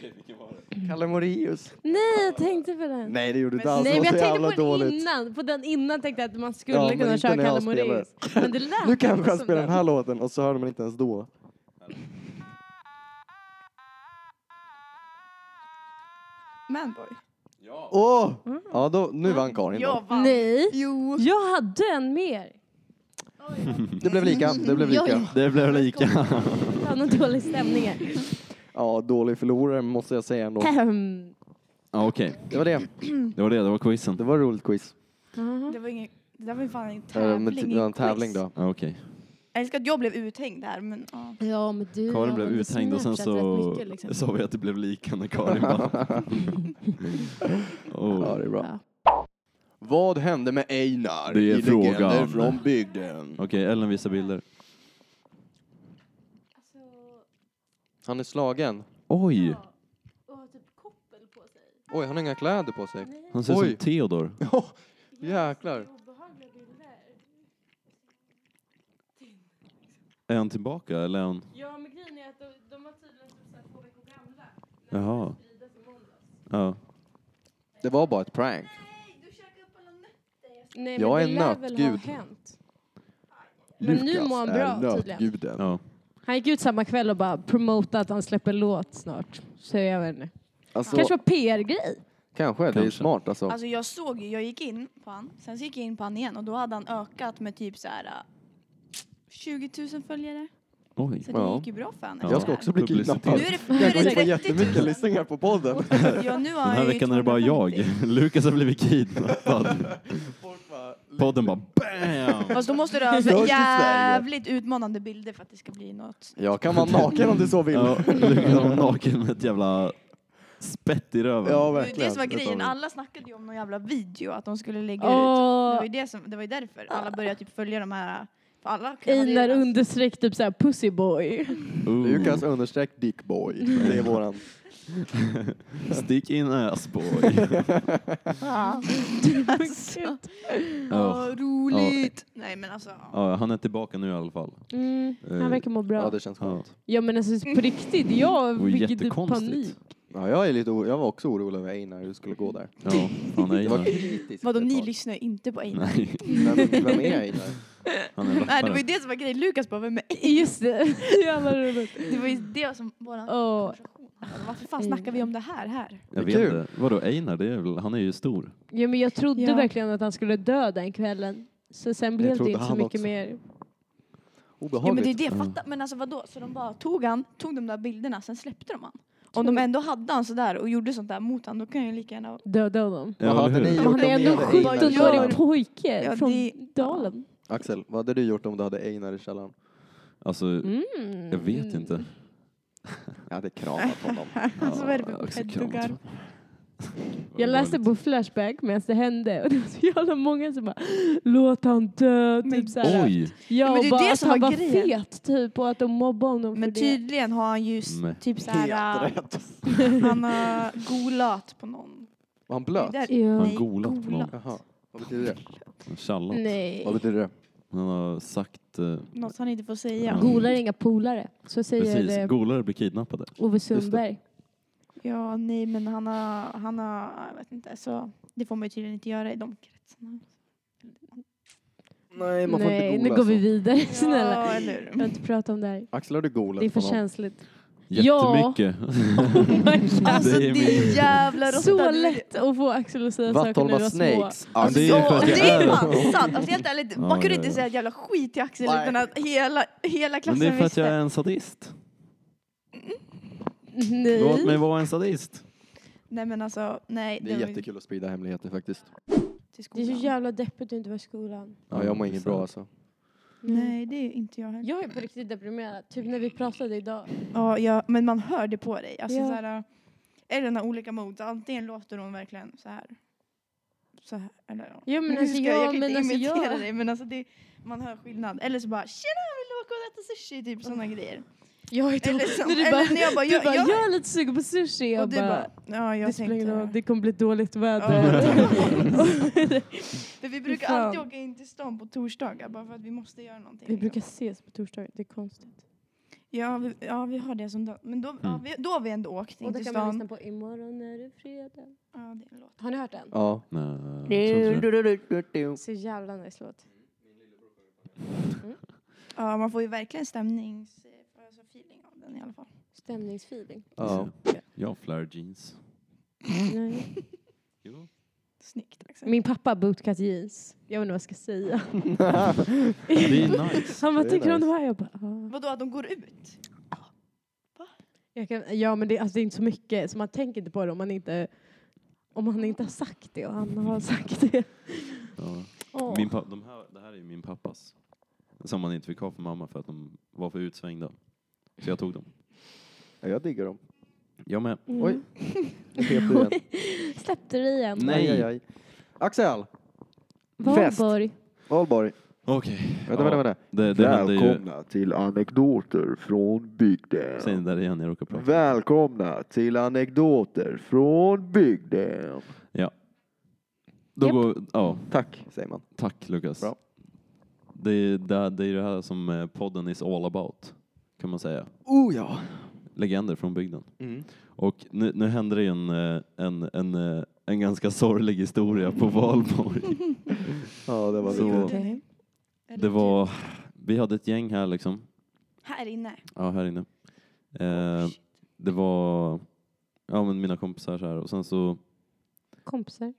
Speaker 2: Mm. Kalle Moraeus.
Speaker 4: Nej, jag tänkte på den.
Speaker 2: Nej, det gjorde du inte
Speaker 5: Men-
Speaker 2: alls.
Speaker 4: Nej,
Speaker 2: Det
Speaker 4: men
Speaker 2: var så
Speaker 4: jag tänkte
Speaker 2: jävla
Speaker 4: på den
Speaker 2: dåligt.
Speaker 4: innan. På den innan tänkte jag att man skulle
Speaker 2: Ja, men
Speaker 4: kunna
Speaker 2: inte
Speaker 4: köra
Speaker 2: när jag
Speaker 4: Kalle
Speaker 2: spelar.
Speaker 4: Moraeus. Men det lät
Speaker 2: Nu kanske jag
Speaker 4: som
Speaker 2: spelar den här låten och så hörde man inte ens då.
Speaker 5: Manboy.
Speaker 2: Åh! Ja, då, nu vann Karin. då.
Speaker 5: Jag vann.
Speaker 4: Nej,
Speaker 5: Jo.
Speaker 4: jag hade en mer.
Speaker 2: Det blev lika. Det blev lika.
Speaker 3: Det blev lika.
Speaker 4: [laughs] Jag har någon dålig stämning här.
Speaker 2: Ja, dålig förlorare måste jag säga ändå.
Speaker 4: Ahem.
Speaker 3: Ja, okej.
Speaker 2: Det var det.
Speaker 3: Det var det, det var quizen.
Speaker 2: Det var ett roligt quiz.
Speaker 4: Jaha.
Speaker 5: Det var ingen... Det där var ju fan en
Speaker 2: Eller,
Speaker 5: tävling,
Speaker 2: Mm. Eh, men Det
Speaker 5: ingen
Speaker 2: var en tävling
Speaker 5: quiz.
Speaker 2: då.
Speaker 3: Ja, okej.
Speaker 5: Jag älskar att jag blev uthängd där, men ja.
Speaker 4: Ja, men du
Speaker 3: Karin
Speaker 4: jag
Speaker 3: blev
Speaker 4: använder
Speaker 3: uthängd och sen
Speaker 4: Snapchat
Speaker 3: så Alltså,
Speaker 4: rätt mycket, liksom.
Speaker 3: sa vi att det blev lika
Speaker 4: [laughs]
Speaker 3: när Karin vann.
Speaker 2: Ja,
Speaker 3: oh.
Speaker 2: det är bra.
Speaker 4: Ja.
Speaker 2: Vad hände med Einar
Speaker 3: Det är
Speaker 2: i Legender
Speaker 3: frågan.
Speaker 2: från bygden?
Speaker 3: Okej, Ellen visar bilder.
Speaker 2: Han är slagen.
Speaker 3: Oj,
Speaker 4: typ
Speaker 2: Oj, han har inga kläder på sig.
Speaker 3: han ser
Speaker 2: Oj.
Speaker 3: ut som Theodor.
Speaker 2: Oh, jäklar.
Speaker 3: Är han tillbaka eller är han...
Speaker 4: Ja, men grejen är att de, de var tydligen typ såhär två veckor gamla.
Speaker 3: Jaha. Ja.
Speaker 2: Det var bara ett prank.
Speaker 4: Nej,
Speaker 2: Jag
Speaker 4: men
Speaker 2: är
Speaker 4: det lär väl ha
Speaker 2: nattgud.
Speaker 4: hänt. Men nu mår han
Speaker 2: är
Speaker 4: bra tydligen.
Speaker 2: nötguden.
Speaker 3: ja.
Speaker 4: Han gick ut samma kväll och bara promotade att han släpper låt snart. Så jag vet inte.
Speaker 2: Alltså,
Speaker 4: Kanske
Speaker 2: kanske,
Speaker 4: var PR-grej.
Speaker 2: det är
Speaker 3: Kanske.
Speaker 2: smart alltså.
Speaker 5: Alltså jag såg ju, jag gick in på han, sen så gick jag in på han igen och då hade han ökat med typ så här äh, 20 000 följare.
Speaker 3: Oj.
Speaker 5: Så
Speaker 2: Ja.
Speaker 5: det gick ju bra för han.
Speaker 3: Ja.
Speaker 5: efter
Speaker 2: jag ska
Speaker 5: det här.
Speaker 2: också bli
Speaker 3: Publicitet.
Speaker 2: kidnappad.
Speaker 5: Nu är det, nu
Speaker 2: Jag
Speaker 5: är
Speaker 2: kommer få
Speaker 5: det 30
Speaker 2: jättemycket
Speaker 5: 000.
Speaker 2: lyssningar på podden.
Speaker 5: [laughs] Ja, nu har
Speaker 3: Den
Speaker 5: han
Speaker 3: här
Speaker 5: ju
Speaker 3: veckan är det bara
Speaker 5: 250.
Speaker 3: jag. [laughs] Lukas har blivit kidnappad. Podden bara BAM!
Speaker 5: Fast då
Speaker 2: [laughs]
Speaker 5: måste du ha
Speaker 2: Först i
Speaker 5: så
Speaker 2: Sverige.
Speaker 5: jävligt utmanande bilder för att det ska bli något.
Speaker 2: Jag kan vara naken om du så vill.
Speaker 3: Ja, [laughs]
Speaker 2: Ja,
Speaker 3: Lukas var naken med ett jävla spett i röven.
Speaker 5: Det var ju
Speaker 2: verkligen.
Speaker 5: det som var
Speaker 2: Det tar
Speaker 5: grejen,
Speaker 2: vi.
Speaker 5: alla snackade ju om någon jävla video att de skulle lägga ut. Det
Speaker 4: Åh,
Speaker 5: var ju, det som, det var ju därför alla började typ följa de här, för alla hade ju
Speaker 4: Einar
Speaker 5: deras-
Speaker 4: understreck typ såhär [laughs] pussyboy.
Speaker 3: Ooh.
Speaker 2: Lukas understreck dickboy. Det är våran.
Speaker 3: Stick in ass boy.
Speaker 5: Alltså.
Speaker 3: Ja.
Speaker 5: [laughs] Ja, roligt! Nej men alltså, ja.
Speaker 3: Ja, han är tillbaka nu i alla fall.
Speaker 4: Mm,
Speaker 3: Eh,
Speaker 4: han verkar må
Speaker 2: [laughs]
Speaker 4: bra.
Speaker 2: Ja, det känns skönt.
Speaker 4: Ja men alltså på riktigt, jag
Speaker 3: vore
Speaker 4: fick typ
Speaker 3: jättekonstigt.
Speaker 4: panik.
Speaker 2: Ja, jag, är lite o- jag var också orolig över Einar, hur det skulle gå där.
Speaker 3: Ja, han är
Speaker 2: Det
Speaker 3: ju
Speaker 2: var
Speaker 3: där.
Speaker 2: kritiskt.
Speaker 5: vadå
Speaker 2: ett
Speaker 5: ni
Speaker 2: tag.
Speaker 5: lyssnar ju inte på Einar?
Speaker 3: Nej,
Speaker 2: Vem, vem är Einar?
Speaker 3: han är
Speaker 5: [laughs] Nej det var
Speaker 3: rappare.
Speaker 5: ju det som var grejen, Lukas bara, vem är Einar?
Speaker 4: Just det, [laughs] jävla roligt.
Speaker 5: Det var ju det som våran
Speaker 4: Åh,
Speaker 5: konversation handlade om. Varför fan snackar vi om det här här?
Speaker 3: Jag
Speaker 2: Det
Speaker 3: vet
Speaker 2: är kul.
Speaker 3: inte. Vadå Einar? Det är väl, han är ju stor.
Speaker 4: Ja, men jag trodde
Speaker 5: Ja.
Speaker 4: verkligen att han skulle dö den kvällen. Så sen blev det
Speaker 2: trodde
Speaker 4: inte så
Speaker 2: han
Speaker 4: mycket
Speaker 2: också.
Speaker 4: mer.
Speaker 5: Ja men det är
Speaker 2: Obehagligt.
Speaker 5: det, fatta, men alltså vadå? Så de bara tog han, tog de där bilderna, sen släppte de han. Om
Speaker 4: Tror-
Speaker 5: de ändå hade han sådär och gjorde sånt där mot han, då kan jag ju lika gärna...
Speaker 4: Döda honom.
Speaker 3: Ja,
Speaker 2: Vad
Speaker 3: eller
Speaker 2: hade
Speaker 3: hur?
Speaker 2: ni
Speaker 4: Men
Speaker 2: gjort om
Speaker 4: Han
Speaker 2: ni
Speaker 4: är ändå en
Speaker 2: hade Einar i
Speaker 4: 17-årig
Speaker 2: källaren?
Speaker 4: pojke
Speaker 5: Ja,
Speaker 4: från
Speaker 5: det-
Speaker 4: Dalen.
Speaker 2: Axel, vad hade du gjort om du hade Einar i källaren?
Speaker 3: Alltså,
Speaker 4: Mm.
Speaker 3: jag vet inte.
Speaker 2: Jag hade kramat
Speaker 4: [laughs]
Speaker 2: honom.
Speaker 5: Alltså vad är det
Speaker 3: Ja,
Speaker 5: för
Speaker 3: också kramat
Speaker 5: peddogar?
Speaker 3: honom.
Speaker 4: Jag läste på Flashback medan det hände och det var så jävla många som bara låt han dö. Typ
Speaker 5: Men
Speaker 4: så här.
Speaker 3: Oj!
Speaker 5: Men
Speaker 4: Ja,
Speaker 5: det är
Speaker 4: och
Speaker 5: ju
Speaker 4: bara
Speaker 5: det
Speaker 4: att
Speaker 5: som
Speaker 4: han
Speaker 5: var
Speaker 4: var
Speaker 5: grejen.
Speaker 4: fet typ och att de mobbade honom
Speaker 5: Men
Speaker 4: för det.
Speaker 5: tydligen har han ju s-
Speaker 3: Nej.
Speaker 5: typ såhär,
Speaker 2: Helt rätt.
Speaker 5: han har golat på någon.
Speaker 2: Var han blöt?
Speaker 5: Det är där-
Speaker 4: Ja.
Speaker 3: Han
Speaker 5: Nej,
Speaker 3: golat på någon.
Speaker 5: golat.
Speaker 2: Jaha. Vad betyder det?
Speaker 3: Han Tjallat.
Speaker 2: Vad
Speaker 4: Nej.
Speaker 2: betyder det?
Speaker 3: Han har sagt... Eh,
Speaker 5: Något han inte får
Speaker 3: Ja.
Speaker 5: säga.
Speaker 4: Golar är inga polare. Så säger
Speaker 3: precis,
Speaker 4: eh,
Speaker 3: golare blir kidnappade.
Speaker 4: Ove Sundberg.
Speaker 5: Ja, nej men han har, han har, jag vet inte, så det får man ju tydligen inte göra i de kretsarna.
Speaker 2: Nej, man får
Speaker 4: Nej,
Speaker 2: inte
Speaker 4: nu
Speaker 2: gola
Speaker 4: går vi
Speaker 2: så.
Speaker 4: vidare. Snälla.
Speaker 5: Ja, eller
Speaker 4: Jag vill inte prata om det här.
Speaker 2: Axel, har du golat
Speaker 4: Det är för
Speaker 2: på någon?
Speaker 4: känsligt. [laughs] Ja.
Speaker 3: Jättemycket.
Speaker 4: [laughs]
Speaker 3: Det
Speaker 5: Alltså det
Speaker 3: är
Speaker 5: är,
Speaker 3: min-
Speaker 5: jävla råtta.
Speaker 4: Så
Speaker 5: du-
Speaker 4: lätt att få Axel att säga saker när
Speaker 2: Vattholma
Speaker 4: du var små. Alltså,
Speaker 2: Snakes.
Speaker 3: Ja,
Speaker 2: Axel.
Speaker 3: det är
Speaker 5: Ja,
Speaker 3: ju för att jag
Speaker 5: Alltså, det är
Speaker 3: är...
Speaker 5: fan sant! Alltså helt ärligt,
Speaker 3: Ja,
Speaker 5: man kunde
Speaker 3: ja,
Speaker 5: inte
Speaker 3: ja.
Speaker 5: säga ett jävla skit till Axel
Speaker 2: Nej.
Speaker 5: utan att hela, hela
Speaker 3: Men
Speaker 5: klassen
Speaker 3: det är för att
Speaker 5: visste.
Speaker 3: jag är en sadist. Låt mig
Speaker 4: Nej.
Speaker 3: vara en sadist.
Speaker 5: Nej men alltså, nej.
Speaker 2: Det är
Speaker 5: var-
Speaker 2: jättekul att sprida hemligheter faktiskt.
Speaker 5: Till
Speaker 4: Det är så
Speaker 5: skolan.
Speaker 4: jävla deppigt att inte vara i skolan. Mm.
Speaker 2: Ja, jag mår inget bra alltså.
Speaker 5: Nej, det är inte jag heller.
Speaker 4: Jag är på riktigt deprimerad. Typ när vi pratade idag.
Speaker 5: Ja, ja, men man hör det på dig. Alltså,
Speaker 4: Mm. Ja.
Speaker 5: så här, eller när olika mod. Antingen låter hon verkligen så här. Så här eller, ja.
Speaker 4: Ja, men
Speaker 5: Nu
Speaker 4: alltså,
Speaker 5: ska
Speaker 4: ja,
Speaker 5: jag, jag kan
Speaker 4: men
Speaker 5: inte
Speaker 4: alltså,
Speaker 5: imitera
Speaker 4: jag-
Speaker 5: dig men alltså det, man hör skillnad. Eller så bara tjena vill du åka och äta sushi? Typ sådana grejer.
Speaker 4: Jag är typ-
Speaker 5: Eller som-
Speaker 4: när du
Speaker 5: eller
Speaker 4: bara,
Speaker 5: när jag bara,
Speaker 4: du
Speaker 5: jag-
Speaker 4: bara,
Speaker 5: jag-
Speaker 4: jag är lite sugen på sushi. Jag
Speaker 5: och du bara, ja
Speaker 4: det
Speaker 5: jag
Speaker 4: spelar ingen roll,
Speaker 5: tänkte.
Speaker 4: det kommer bli dåligt väder.
Speaker 5: Ja. [laughs] För vi brukar
Speaker 4: Fan.
Speaker 5: alltid åka in till stan på torsdagar bara för att vi måste göra någonting.
Speaker 4: [laughs]
Speaker 5: liksom.
Speaker 4: Vi brukar ses på torsdagar, det är konstigt.
Speaker 5: ja, vi, ja vi har det som dag. Men då, ja,
Speaker 3: Mm.
Speaker 5: vi, då har vi ändå åkt in
Speaker 4: Och det
Speaker 5: till
Speaker 4: kan man
Speaker 5: stan.
Speaker 4: lyssna på imorgon är det fredag.
Speaker 5: Ja, det är en låt.
Speaker 4: Har ni hört den?
Speaker 2: Ja.
Speaker 3: Nej, jag tror inte det.
Speaker 4: Så jävla nice låt.
Speaker 5: Ja, man får ju verkligen stämnings... Alltså feeling av den i alla fall.
Speaker 4: Stämningsfeeling.
Speaker 2: ja.
Speaker 3: Jag har flare jeans.
Speaker 4: Nej.
Speaker 3: Jo.
Speaker 5: Snyggt liksom. Axel.
Speaker 4: Min pappa har bootcut jeans. Jag vet inte vad jag ska säga.
Speaker 2: [laughs]
Speaker 3: Det är nice.
Speaker 4: Han bara,
Speaker 2: Det är
Speaker 4: tycker du om det
Speaker 2: nice.
Speaker 4: här? Jag bara, ja.
Speaker 5: Vadå att de går ut?
Speaker 4: Jag kan, ja men det, alltså, det är inte så mycket, så man tänker inte på det om man inte, om man inte har sagt det och han har sagt det.
Speaker 3: Ja.
Speaker 4: Åh.
Speaker 3: Min pa- de här, det här är ju min pappas. Som man inte fick ha för mamma för att de var för utsvängda. Så jag tog dem.
Speaker 2: ja, jag diggar dem.
Speaker 3: Jag med.
Speaker 4: Mm.
Speaker 2: Oj. Det pep du
Speaker 4: [laughs]
Speaker 2: igen.
Speaker 4: Släppte det igen.
Speaker 3: Nej.
Speaker 2: Aj, aj, aj. Axel! fest.
Speaker 4: Valborg.
Speaker 2: Valborg.
Speaker 3: Okej.
Speaker 2: Vänta, vänta, vänta.
Speaker 3: Det, det hände ju...
Speaker 2: till anekdoter från bygden.
Speaker 3: Säg det där igen, jag råkar prata.
Speaker 2: Välkomna till anekdoter från bygden.
Speaker 3: Då
Speaker 4: Japp.
Speaker 3: går, ja,
Speaker 2: Tack, säger man.
Speaker 3: tack Lukas.
Speaker 2: Bra.
Speaker 3: Det, är- det, det är det här som eh, podden is all about, kan man säga.
Speaker 2: Oh ja.
Speaker 3: Legender från bygden.
Speaker 2: Mm.
Speaker 3: Och nu, nu hände det ju en, eh, en, en, eh, en ganska sorglig historia på Valborg.
Speaker 2: Ja, det var
Speaker 3: Så-
Speaker 2: lite.
Speaker 4: Okej.
Speaker 3: Det var, vi hade ett gäng här liksom,
Speaker 5: typ Här inne. Oh,
Speaker 3: ja här inne. Eh, det var, ja men mina kompisar så här och sen så,
Speaker 4: Kompisar.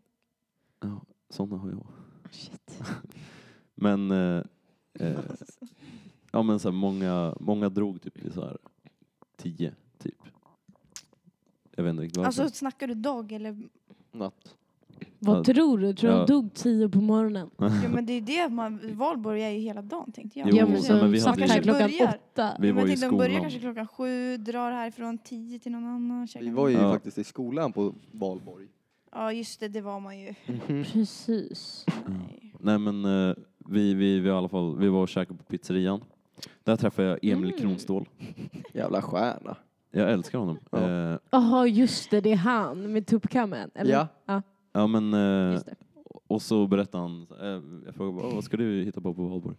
Speaker 3: ja, sådana har jag.
Speaker 4: Ah, Shit.
Speaker 3: Men, eh, eh, ja men så här, många, många drog typ i så här tio, typ. Jag vet inte riktigt varför.
Speaker 5: Alltså snackar du
Speaker 3: [laughs]
Speaker 5: dag eller?
Speaker 2: Natt.
Speaker 4: Vad
Speaker 3: Ja.
Speaker 4: tror du? Tror du
Speaker 3: Ja.
Speaker 4: de dog tio på morgonen?
Speaker 5: Ja men det är det man, Valborg är ju hela dagen tänkte jag.
Speaker 3: Jo,
Speaker 4: ja,
Speaker 3: men
Speaker 4: men
Speaker 3: sen- men vi
Speaker 4: vi satt
Speaker 3: hade ju-
Speaker 4: här klockan
Speaker 5: Börjar.
Speaker 4: åtta.
Speaker 3: vi
Speaker 5: Men
Speaker 3: var
Speaker 5: jag
Speaker 3: ju i
Speaker 5: tänkte, de börjar
Speaker 3: skolan.
Speaker 5: kanske klockan sju, drar härifrån tio till någon annan. käkar
Speaker 2: Vi var ju
Speaker 3: Ja.
Speaker 2: faktiskt i skolan på Valborg.
Speaker 5: Ja just det, det var man ju.
Speaker 4: Precis.
Speaker 5: Nej.
Speaker 3: Nej men eh, vi, vi, vi, i alla fall, vi var och käkade på pizzerian. Där träffade jag Emil
Speaker 4: Mm.
Speaker 3: Kronståhl.
Speaker 2: Jävla stjärna.
Speaker 3: Jag älskar honom.
Speaker 2: Ja.
Speaker 3: Eh,
Speaker 4: Jaha, just det. Det är han med tuppkammen. Eller?
Speaker 2: Ja.
Speaker 3: ja men, eh,
Speaker 4: Just det.
Speaker 3: Och så berättade han, eh, jag frågade bara, vad ska du hitta på på Valborg?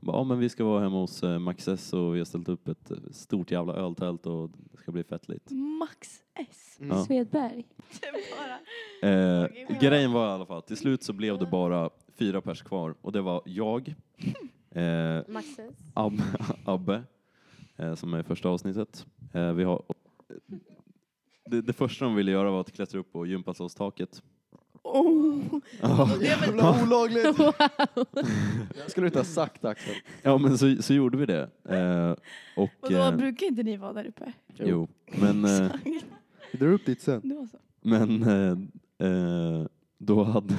Speaker 3: Han bara, ja men vi ska vara hemma hos eh, Max S och vi har ställt upp ett eh, stort jävla öltält och det ska bli fett lit.
Speaker 5: Max S. [laughs]
Speaker 4: Mm.
Speaker 2: Ja.
Speaker 4: Svedberg.
Speaker 5: Det är bara.
Speaker 3: Eh,
Speaker 5: Okej, men-
Speaker 3: grejen var i alla fall, till slut så blev det bara fyra pers kvar och det var
Speaker 5: [laughs]
Speaker 3: jag, eh,
Speaker 4: Maxes.
Speaker 3: [laughs] Ab Abbe, eh, som är i första avsnittet. Eh, vi har, det, det första de ville göra var att klättra upp på gympasåstaket.
Speaker 5: Oh.
Speaker 2: Jävla [laughs]
Speaker 4: [laughs]
Speaker 2: olagligt! Jag skulle inte ha sagt Axel.
Speaker 3: Ja men så, så gjorde vi det. Eh, och,
Speaker 5: Vadå,
Speaker 3: eh,
Speaker 5: brukar inte ni vara där uppe?
Speaker 3: jo. Men,
Speaker 5: [laughs]
Speaker 3: eh,
Speaker 2: Vi drar upp dit sen.
Speaker 5: Det var så.
Speaker 3: men eh, eh, då, hade,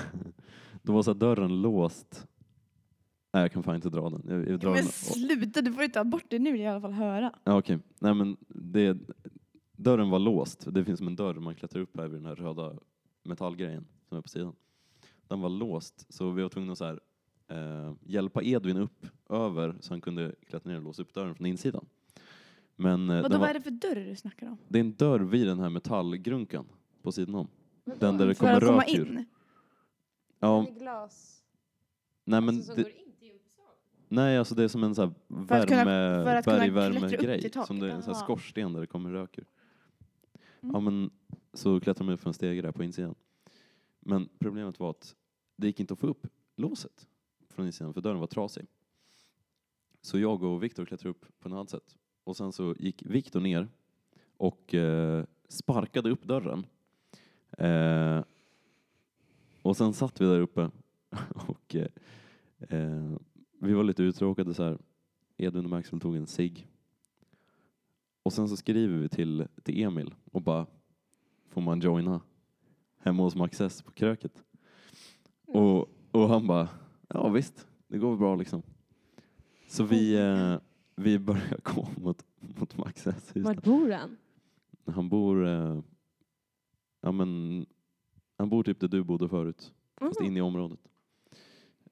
Speaker 3: då var så här dörren låst. Nej jag kan fan inte dra den. Jag, jag drar
Speaker 5: Men
Speaker 3: den.
Speaker 5: sluta, du får inte ta bort det nu vill jag i alla fall höra.
Speaker 3: Ja, okej. Nej men det, dörren var låst. Det finns som en dörr man klättrar upp här vid den här röda metallgrejen som är på sidan. Den var låst så vi var tvungna att så här, eh, hjälpa Edvin upp över så han kunde klättra ner och låsa upp dörren från insidan. Men eh,
Speaker 5: Vadå,
Speaker 3: den
Speaker 5: vad är
Speaker 3: var,
Speaker 5: det för dörr du snackar om?
Speaker 3: det är en dörr vid den här metallgrunkan på sidan om. Den där det
Speaker 5: För
Speaker 3: kommer
Speaker 5: att komma
Speaker 3: rök ur.
Speaker 5: in?
Speaker 3: Ja,
Speaker 4: glas.
Speaker 3: nej men det, Nej, alltså det är som en så här
Speaker 5: För att kunna-
Speaker 3: värme,
Speaker 5: för att kunna klättra upp
Speaker 3: bergvärmegrej.
Speaker 5: till taket.
Speaker 3: Som det är en sån här
Speaker 5: Aha.
Speaker 3: skorsten där det kommer rök ur.
Speaker 5: Mm.
Speaker 3: Ja, men så klättrar man upp för en stege där på insidan. Men problemet var att det gick inte att få upp låset från insidan för dörren var trasig. Så jag och Viktor klättrade upp på något annat sätt. Och sen så gick Viktor ner och eh, sparkade upp dörren. Eh, och sen satt vi där uppe [laughs] och eh, eh, vi var lite uttråkade så här. Edvin och Maxwell tog en cigg. Och sen så skriver vi till, till Emil och bara, får man joina hemma hos Max S på kröket? Och, och han bara, ja visst, det går väl bra liksom. Så vi, eh, vi börjar [laughs] gå mot, mot Max S hus.
Speaker 4: Vart bor han?
Speaker 3: Han bor, eh, ja men, han bor typ där du bodde förut, fast
Speaker 4: Aha.
Speaker 3: in i området.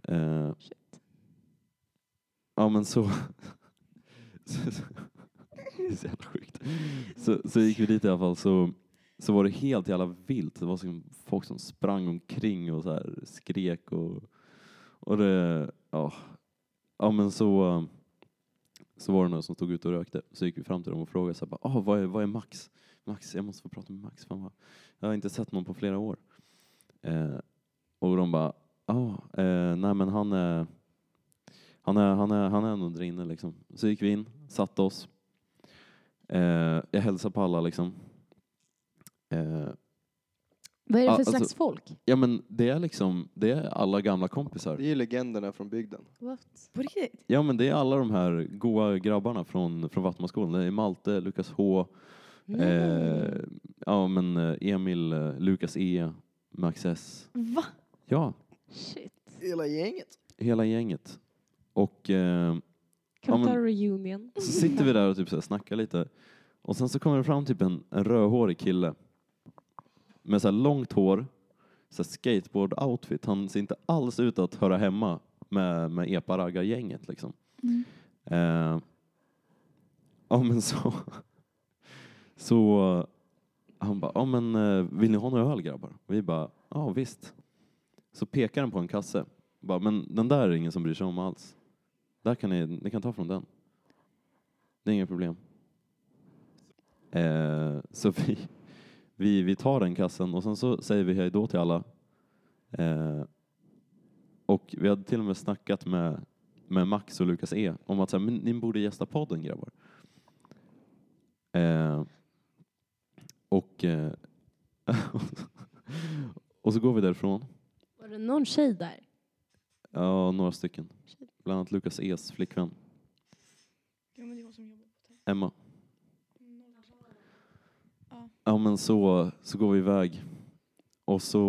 Speaker 3: Eh, Ja men så. [laughs] så, så det är så jävla sjukt. Så, så gick vi dit i alla fall så, så var det helt jävla vilt. Det var som folk som sprang omkring och så här skrek och, och det, ja. Ja men så, um, så var det några som stod ute och rökte. Så gick vi fram till dem och frågade så här, bara, ah, vad, är, vad är Max? Max, jag måste få prata med Max. Fan, vad, jag har inte sett någon på flera år. Eh, och de bara, ah, eh, nej men han är han är, han är, han är ändå där inne liksom. Så gick vi in, satte oss. Eh, jag hälsade på alla liksom. Eh,
Speaker 4: Vad är det
Speaker 3: Ja,
Speaker 4: för
Speaker 3: alltså-
Speaker 4: slags folk?
Speaker 3: ja men det är liksom, det är alla gamla kompisar.
Speaker 2: Det är ju legenderna från bygden.
Speaker 4: What?
Speaker 5: På riktigt?
Speaker 3: Ja men det är alla de här goa grabbarna från, från Vattmansskolan. Det är Malte, Lukas H, eh, ja men eh, Emil, eh, Lukas E, Max S.
Speaker 5: Va?
Speaker 3: Ja,
Speaker 4: Shit.
Speaker 2: Hela gänget.
Speaker 3: hela gänget. Och eh,
Speaker 4: Kan vi
Speaker 3: Ja,
Speaker 4: ta
Speaker 3: men-
Speaker 4: reunion?
Speaker 3: Så sitter vi där och typ så här snackar lite. Och sen så kommer det fram typ en, en rödhårig kille. Med så här långt hår. Så här skateboard-outfit. Han ser inte alls ut att höra hemma med, med epa-raggar-gänget liksom.
Speaker 4: Mm.
Speaker 3: Eh, ja men så. [laughs] så han bara, ja men eh, vill ni ha några öl grabbar? Vi bara, ja visst. Så pekar han på en kasse. Bara, men den där är ingen som bryr sig om alls. Där kan ni, ni kan ta från den. Det är inga problem. Eh, så [laughs] vi, vi, vi tar den kassen och sen så säger vi hej då till alla. Eh, och vi hade till och med snackat med, med Max och Lukas E om att så här, men, ni borde gästa podden grabbar. Eh, och, eh, [laughs] och så går vi därifrån.
Speaker 4: Var det någon tjej där?
Speaker 3: [laughs] Ja, några stycken. Bland annat Lukas E's flickvän
Speaker 5: Ja, men det är hon som jobbar.
Speaker 3: Emma.
Speaker 5: Ja.
Speaker 3: Ja men så, så går vi iväg. Och så,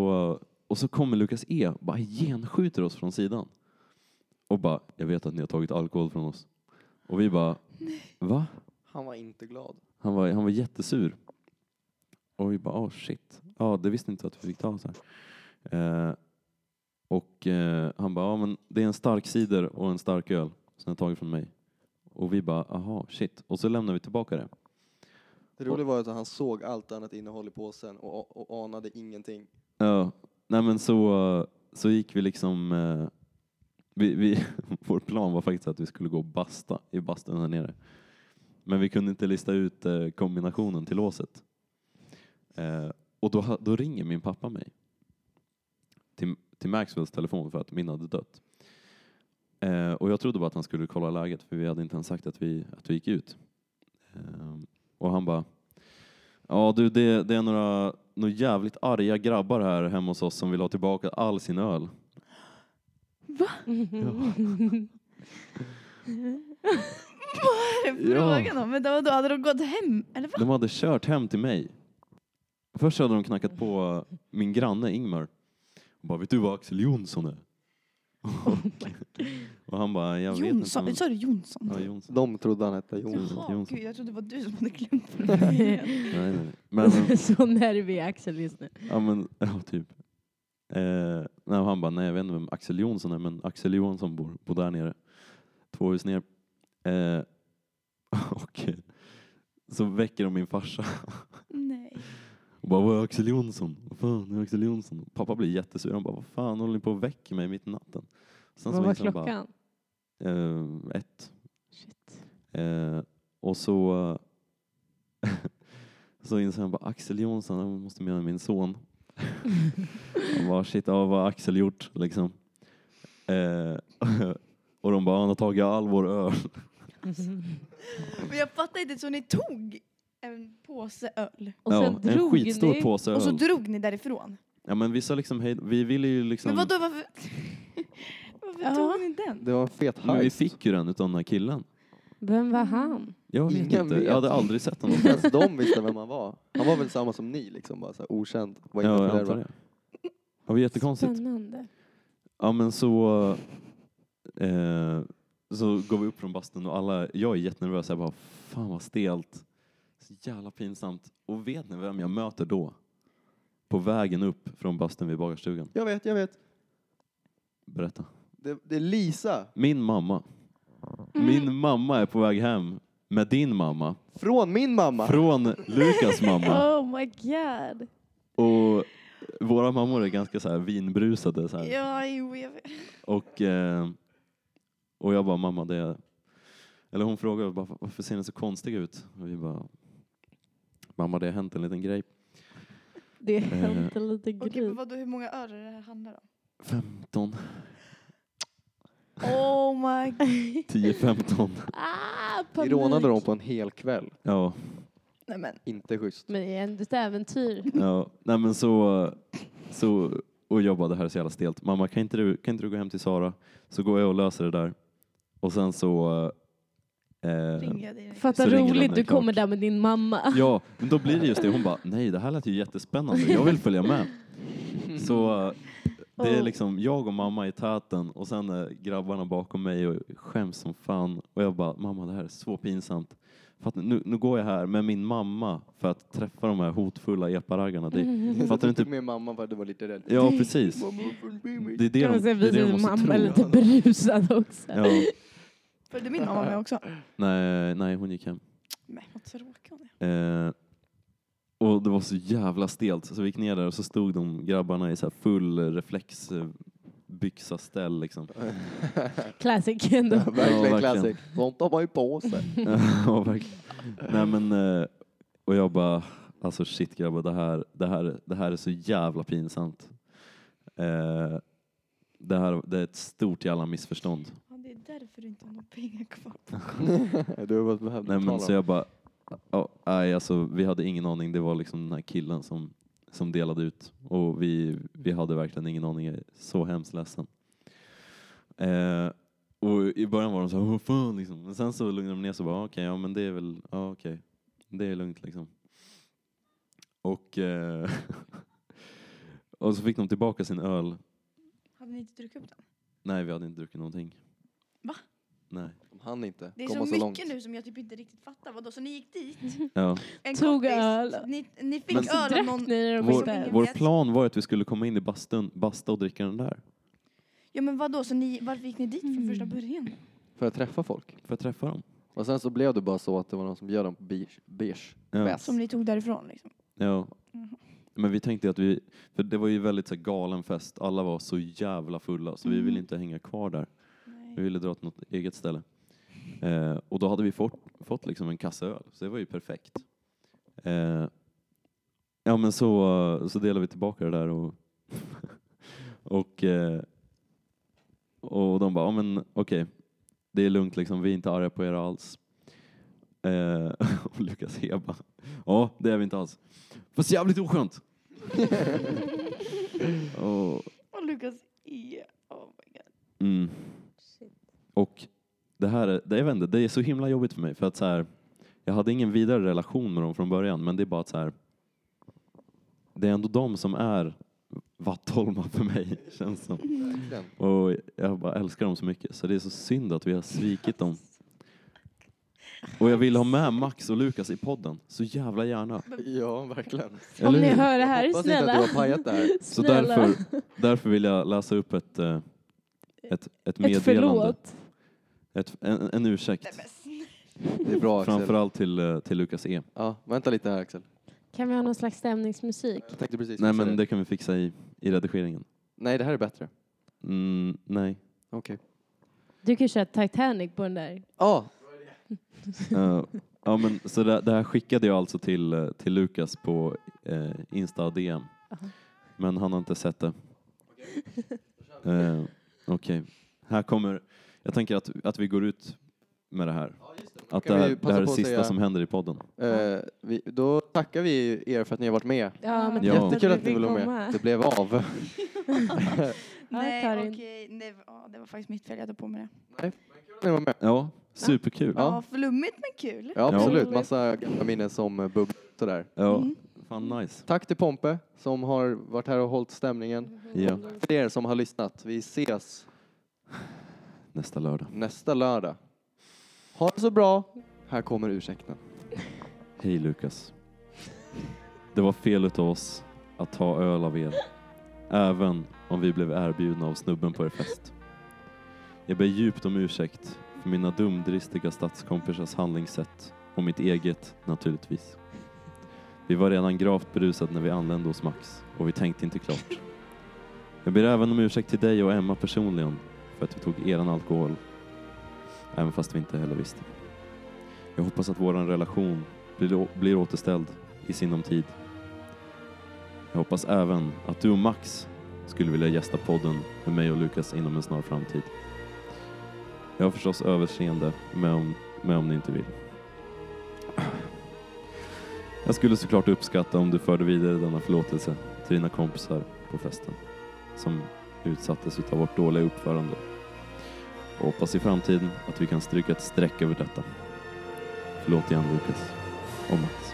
Speaker 3: och så kommer Lukas E bara genskjuter oss från sidan. Och bara, jag vet att ni har tagit alkohol från oss. Och vi bara, va?
Speaker 2: Han var inte glad.
Speaker 3: Han var, han var jättesur. Och vi bara, oh shit. Ja, det visste inte att vi fick ta så här. Eh, och eh, han bara, ja men det är en stark cider och en stark öl som jag tagit från mig. Och vi bara, aha shit. Och så lämnar vi tillbaka det.
Speaker 2: Det roliga var att han såg allt annat innehåll i påsen och, och anade ingenting.
Speaker 3: Ja, nej men så, så gick vi liksom... eh, Vi, vi, [laughs] vår plan var faktiskt att vi skulle gå och basta i bastun här nere. Men vi kunde inte lista ut eh, kombinationen till låset. Eh, Och då, ha- då ringer min pappa mig. Till, till Maxwells telefon för att min hade dött. Eh, Och jag trodde bara att han skulle kolla läget för vi hade inte ens sagt att vi, att vi gick ut. Eh, Och han bara Ja du, det, det är några, några jävligt arga grabbar här hemma hos oss som vill ha tillbaka all sin öl.
Speaker 5: [laughs] Vad är det
Speaker 3: Ja.
Speaker 5: frågan om? Men då, då hade de gått hem, eller va?
Speaker 3: De hade kört hem till mig. Först hade de knackat på min granne Ingmar. Och bara, vet du vad Axel Jonsson är?
Speaker 4: Oh [laughs]
Speaker 3: och, och han bara, jag vet
Speaker 5: Jonsson?
Speaker 3: inte.
Speaker 5: Sa du Jonsson?
Speaker 3: men- Ja, Jonsson.
Speaker 2: De trodde han hette Jon.
Speaker 3: Jonsson,
Speaker 5: Jaha,
Speaker 3: Jonsson.
Speaker 5: gud, jag trodde det var du som hade glömt
Speaker 4: [laughs]
Speaker 5: det.
Speaker 3: Nej, nej, nej. Men,
Speaker 4: Så nervig är Axel just nu.
Speaker 3: ja, men, [laughs] ja typ. Eh, nej, och han bara, nej jag vet inte vem Axel Jonsson är, men Axel Johansson bor, bor där nere. Två hus ner. Eh, [laughs] och eh, så väcker de min farsa.
Speaker 5: Nej.
Speaker 3: Och bara, vad är Axel Jonsson? Vad fan är Axel Jonsson? Och pappa blir jättesur. Han bara, vad fan håller ni på och väcker mig mitt i natten? Sen
Speaker 4: Vad var
Speaker 3: minns han liksom bara,
Speaker 4: klockan?
Speaker 3: Eh, ett.
Speaker 4: Shit. [laughs]
Speaker 3: Eh, och så, [laughs] så inser han bara, Axel Jonsson, han måste mena min
Speaker 5: [laughs]
Speaker 3: son. han bara, shit, ja, vad har Axel gjort liksom? Eh, [laughs] och de bara, han har tagit all vår öl.
Speaker 5: Men jag fattar inte, så ni tog en påse öl
Speaker 4: Och sen
Speaker 3: ja, en
Speaker 4: drog
Speaker 3: skitstor
Speaker 4: ni.
Speaker 3: påse öl.
Speaker 5: och så drog ni därifrån?
Speaker 3: Ja men vi sa liksom, hej, vi ville ju liksom...
Speaker 5: Men vadå, varför, [laughs] varför
Speaker 4: Ja.
Speaker 5: tog ni den?
Speaker 2: Det var en fet
Speaker 3: Men vi
Speaker 2: heist.
Speaker 3: fick ju den utav den här killen.
Speaker 4: Vem var han?
Speaker 3: Jag, vet
Speaker 2: Ingen
Speaker 3: inte.
Speaker 2: vet.
Speaker 3: jag hade aldrig sett honom.
Speaker 2: Inte ens de visste vem han var. Han var väl samma som ni, liksom, bara så här, okänd. Var inte
Speaker 3: Ja, jag
Speaker 2: föräldrar.
Speaker 3: antar det. Det var jättekonstigt.
Speaker 4: Spännande.
Speaker 3: Ja, men så, eh, så går vi upp från bastun och alla, jag är jättenervös. Jag bara, fan vad stelt. Så jävla pinsamt. Och vet ni vem jag möter då? På vägen upp från bastun vid bagarstugan.
Speaker 2: Jag vet, jag vet.
Speaker 3: Berätta.
Speaker 2: Det, det är Lisa
Speaker 3: Min mamma. Min mamma är på väg hem med din mamma.
Speaker 2: från min mamma.
Speaker 3: Från Lukas
Speaker 5: [laughs]
Speaker 3: mamma.
Speaker 4: Oh my god.
Speaker 3: Och våra mammor är ganska så här vinbrusade. Så här.
Speaker 5: Ja, jo, jag vet.
Speaker 3: Och, eh, och jag bara, mamma, det är... Eller hon frågade bara, varför ser ni så konstiga ut? Och vi bara, mamma, det har hänt en liten grej.
Speaker 4: Det
Speaker 3: Eh.
Speaker 4: hände lite
Speaker 5: Okej, men
Speaker 4: grej.
Speaker 5: vadå, hur många öre det här handlar om?
Speaker 3: 15,
Speaker 5: Oh
Speaker 4: [laughs]
Speaker 5: my god.
Speaker 3: 10, 15.
Speaker 4: Ah,
Speaker 2: Vi
Speaker 4: panik.
Speaker 2: rånade dem på en hel kväll.
Speaker 3: [laughs] Ja,
Speaker 5: Nej men,
Speaker 2: Inte schysst.
Speaker 4: Men det är ändå ett äventyr.
Speaker 3: ja. Nej, men så, så... Och jag bara, det här är så jävla stelt. Mamma, kan inte, du, kan inte du gå hem till Sara? Så går jag och löser det där. Och sen så... Eh,
Speaker 5: ringer jag direkt.
Speaker 4: Fatta
Speaker 3: Så ringer
Speaker 4: roligt,
Speaker 3: de,
Speaker 4: du
Speaker 3: det är klart.
Speaker 4: kommer där med din mamma.
Speaker 3: Ja, men då blir det just det. Hon bara, nej det här lät ju jättespännande, jag vill följa med. Så eh, det är
Speaker 4: Oh.
Speaker 3: liksom jag och mamma i täten och sen är grabbarna bakom mig och skäms som fan. Och jag bara, mamma det här är så pinsamt. Fattar, ni? nu, nu går jag här med min mamma för att träffa de här hotfulla eparaggarna.
Speaker 4: Mm.
Speaker 3: Det,
Speaker 4: [laughs]
Speaker 5: Mm-hmm.
Speaker 3: Fattar du inte?
Speaker 2: Typ Min mamma var, du var lite rädd.
Speaker 3: Ja, precis. Det
Speaker 2: [laughs]
Speaker 3: är det
Speaker 4: Kan
Speaker 3: de,
Speaker 4: man
Speaker 3: det
Speaker 4: säga
Speaker 3: är det
Speaker 4: att
Speaker 3: de
Speaker 4: din
Speaker 3: måste
Speaker 4: mamma typ? är
Speaker 3: tro.
Speaker 4: lite berusad också.
Speaker 3: Ja,
Speaker 5: Följde min mamma med också?
Speaker 3: nej, nej, hon gick hem.
Speaker 5: Nej, vad tråkig hon är.
Speaker 3: Eh, och det var så jävla stelt så vi gick ner där och så stod de grabbarna i så här full reflexbyxa ställ liksom.
Speaker 4: Classic ändå.
Speaker 2: Ja, verkligen
Speaker 3: verkligen.
Speaker 2: classic. Sånt har man ju
Speaker 3: [laughs]
Speaker 2: på sig.
Speaker 3: ja, verkligen. Nej men, eh, och jag bara, alltså shit grabbar det här, det här, det här är så jävla pinsamt. Eh, det här det är ett stort jävla missförstånd.
Speaker 5: Ja, det är därför du inte har några pengar kvar.
Speaker 2: du har behövt
Speaker 3: Nej men
Speaker 2: betala.
Speaker 3: så jag bara, ja, nej alltså vi hade ingen aning, det var liksom den här killen som, som delade ut och vi, vi hade verkligen ingen aning, jag är så hemskt ledsen. Eh, och i början var de så här, vad fan liksom. Men sen så lugnade de ner sig och bara, "Ah, okej, ja men det är väl, ja okej, det är lugnt liksom. Och, eh, [laughs] och så fick de tillbaka sin öl.
Speaker 5: Hade ni inte druckit upp den?
Speaker 3: Nej, vi hade inte druckit någonting.
Speaker 5: Va?
Speaker 3: Nej.
Speaker 2: Han inte.
Speaker 5: Det är
Speaker 2: komma
Speaker 5: så,
Speaker 2: så
Speaker 5: mycket
Speaker 2: långt.
Speaker 5: nu som jag typ inte riktigt fattar. Vadå, så ni gick dit? [laughs]
Speaker 3: Ja.
Speaker 5: En
Speaker 4: Tog
Speaker 5: kompis,
Speaker 4: öl.
Speaker 5: Ni, ni fick
Speaker 3: Men-
Speaker 5: öl av
Speaker 4: Drack
Speaker 5: någon...
Speaker 4: ni när de
Speaker 5: Vår-
Speaker 4: inte ens-
Speaker 5: Jag
Speaker 3: Vår
Speaker 5: vet.
Speaker 3: plan var att vi skulle komma in i bastun, basta och dricka den där.
Speaker 5: Ja men vadå, så ni, varför gick ni dit från första början?
Speaker 2: För att träffa folk.
Speaker 3: För att träffa dem.
Speaker 2: Och sen så blev det bara så att det var någon som bjöd dem på beige. beige.
Speaker 3: Ja.
Speaker 2: Bäst.
Speaker 5: Som ni tog därifrån liksom.
Speaker 3: Ja.
Speaker 5: Mhm.
Speaker 3: Men vi tänkte att vi, för det var ju väldigt så här, galen fest, alla var så jävla fulla så vi ville inte hänga kvar där. Vi ville dra till något eget ställe. Eh, och då hade vi fått, fått liksom en kasse öl, så det var ju perfekt. Eh, ja men så, så delade vi tillbaka det där och, [laughs] och, eh, och de bara, ja men okej, det är lugnt liksom, vi är inte arga på er alls. Eh, [laughs] och Lukas Heba, ja det är vi inte alls. Fast jävligt oskönt! [laughs] och,
Speaker 5: Och Lukas E. Oh my god.
Speaker 3: Mm. Och det här, är- det, jag vet inte, det är så himla jobbigt för mig för att så här, jag hade ingen vidare relation med dem från början men det är bara att så här, det är ändå de som är Vattholma för mig [laughs] känns som.
Speaker 2: Verkligen.
Speaker 3: Och jag bara älskar dem så mycket så det är så synd att vi har svikit dem. Och jag vill ha med Max och Lukas i podden så jävla gärna.
Speaker 5: Mm.
Speaker 2: Ja, verkligen.
Speaker 4: Om
Speaker 3: Eller
Speaker 4: ni
Speaker 3: hur?
Speaker 4: hör det här,
Speaker 2: Hoppas inte
Speaker 4: snälla.
Speaker 2: att du har pajat det här.
Speaker 3: Så
Speaker 4: snälla.
Speaker 3: därför, därför vill jag läsa upp ett, eh, ett, ett
Speaker 4: Ett
Speaker 3: meddelande.
Speaker 4: förlåt.
Speaker 3: Ett, en, en
Speaker 5: Nej,
Speaker 3: ursäkt.
Speaker 5: men snälla.
Speaker 2: Det är bra Axel.
Speaker 3: Framförallt till, eh, till Lukas E.
Speaker 2: Ja, vänta lite här Axel.
Speaker 4: Kan vi ha någon slags stämningsmusik?
Speaker 2: Jag tänkte precis
Speaker 3: Nej
Speaker 2: fixa
Speaker 3: men det kan vi fixa i, i redigeringen.
Speaker 2: Nej, det här är bättre.
Speaker 3: Mm, nej.
Speaker 2: Okej.
Speaker 4: Du kan köra Titanic på den där.
Speaker 2: Ja,
Speaker 3: Eh, [laughs] ja, men, så det, det här skickade jag alltså till, eh, till Lukas på eh, Insta DM. Men han har inte sett det. Eh, Okej. Här kommer, jag tänker att, att vi går ut med det här. Att det
Speaker 2: Kan vi
Speaker 3: här,
Speaker 2: passa
Speaker 3: det här är det
Speaker 2: på att
Speaker 3: sista
Speaker 2: säga-
Speaker 3: som händer i podden.
Speaker 2: Eh, vi, då tackar vi er för att ni har varit med.
Speaker 4: Ja, men
Speaker 3: Ja.
Speaker 4: tack
Speaker 2: Jättekul att
Speaker 4: vi
Speaker 2: ni ville vara
Speaker 4: fick
Speaker 2: med. Det
Speaker 4: komma.
Speaker 2: blev av.
Speaker 4: Ja,
Speaker 5: Nej
Speaker 4: Karin.
Speaker 5: okej, nej, ja, det var faktiskt mitt fel, jag tar på mig det.
Speaker 2: Ni var med.
Speaker 3: Ja, Superkul.
Speaker 5: Ja,
Speaker 2: Ja.
Speaker 5: flummigt men kul.
Speaker 2: Ja,
Speaker 3: Ja.
Speaker 2: absolut. Massa gamla minnen som eh, bubblar sådär.
Speaker 3: Ja,
Speaker 5: Mm.
Speaker 3: fan nice.
Speaker 2: Tack till Pompe som har varit här och hållit stämningen.
Speaker 3: Ja.
Speaker 2: För er som har lyssnat, vi ses
Speaker 3: Nästa lördag.
Speaker 2: nästa lördag. Ha det så bra. Här kommer ursäkten.
Speaker 3: Hej Lukas. Det var fel utav oss att ta öl av er. Även om vi blev erbjudna av snubben på er fest. Jag ber djupt om ursäkt för mina dumdristiga stadskompisars handlingssätt och mitt eget naturligtvis. Vi var redan gravt berusade när vi anlände hos Max och vi tänkte inte klart. Jag ber även om ursäkt till dig och Emma personligen för att vi tog eran alkohol. Även fast vi inte heller visste. Jag hoppas att våran relation blir, blir återställd i sinom tid. Jag hoppas även att du och Max skulle vilja gästa podden med mig och Lukas inom en snar framtid. Jag har förstås överseende med om, med om ni inte vill. Jag skulle såklart uppskatta om du förde vidare denna förlåtelse till dina kompisar på festen som utsattes utav vårt dåliga uppförande. Och hoppas i framtiden att vi kan stryka ett streck över detta. Förlåt igen Lukas och Max.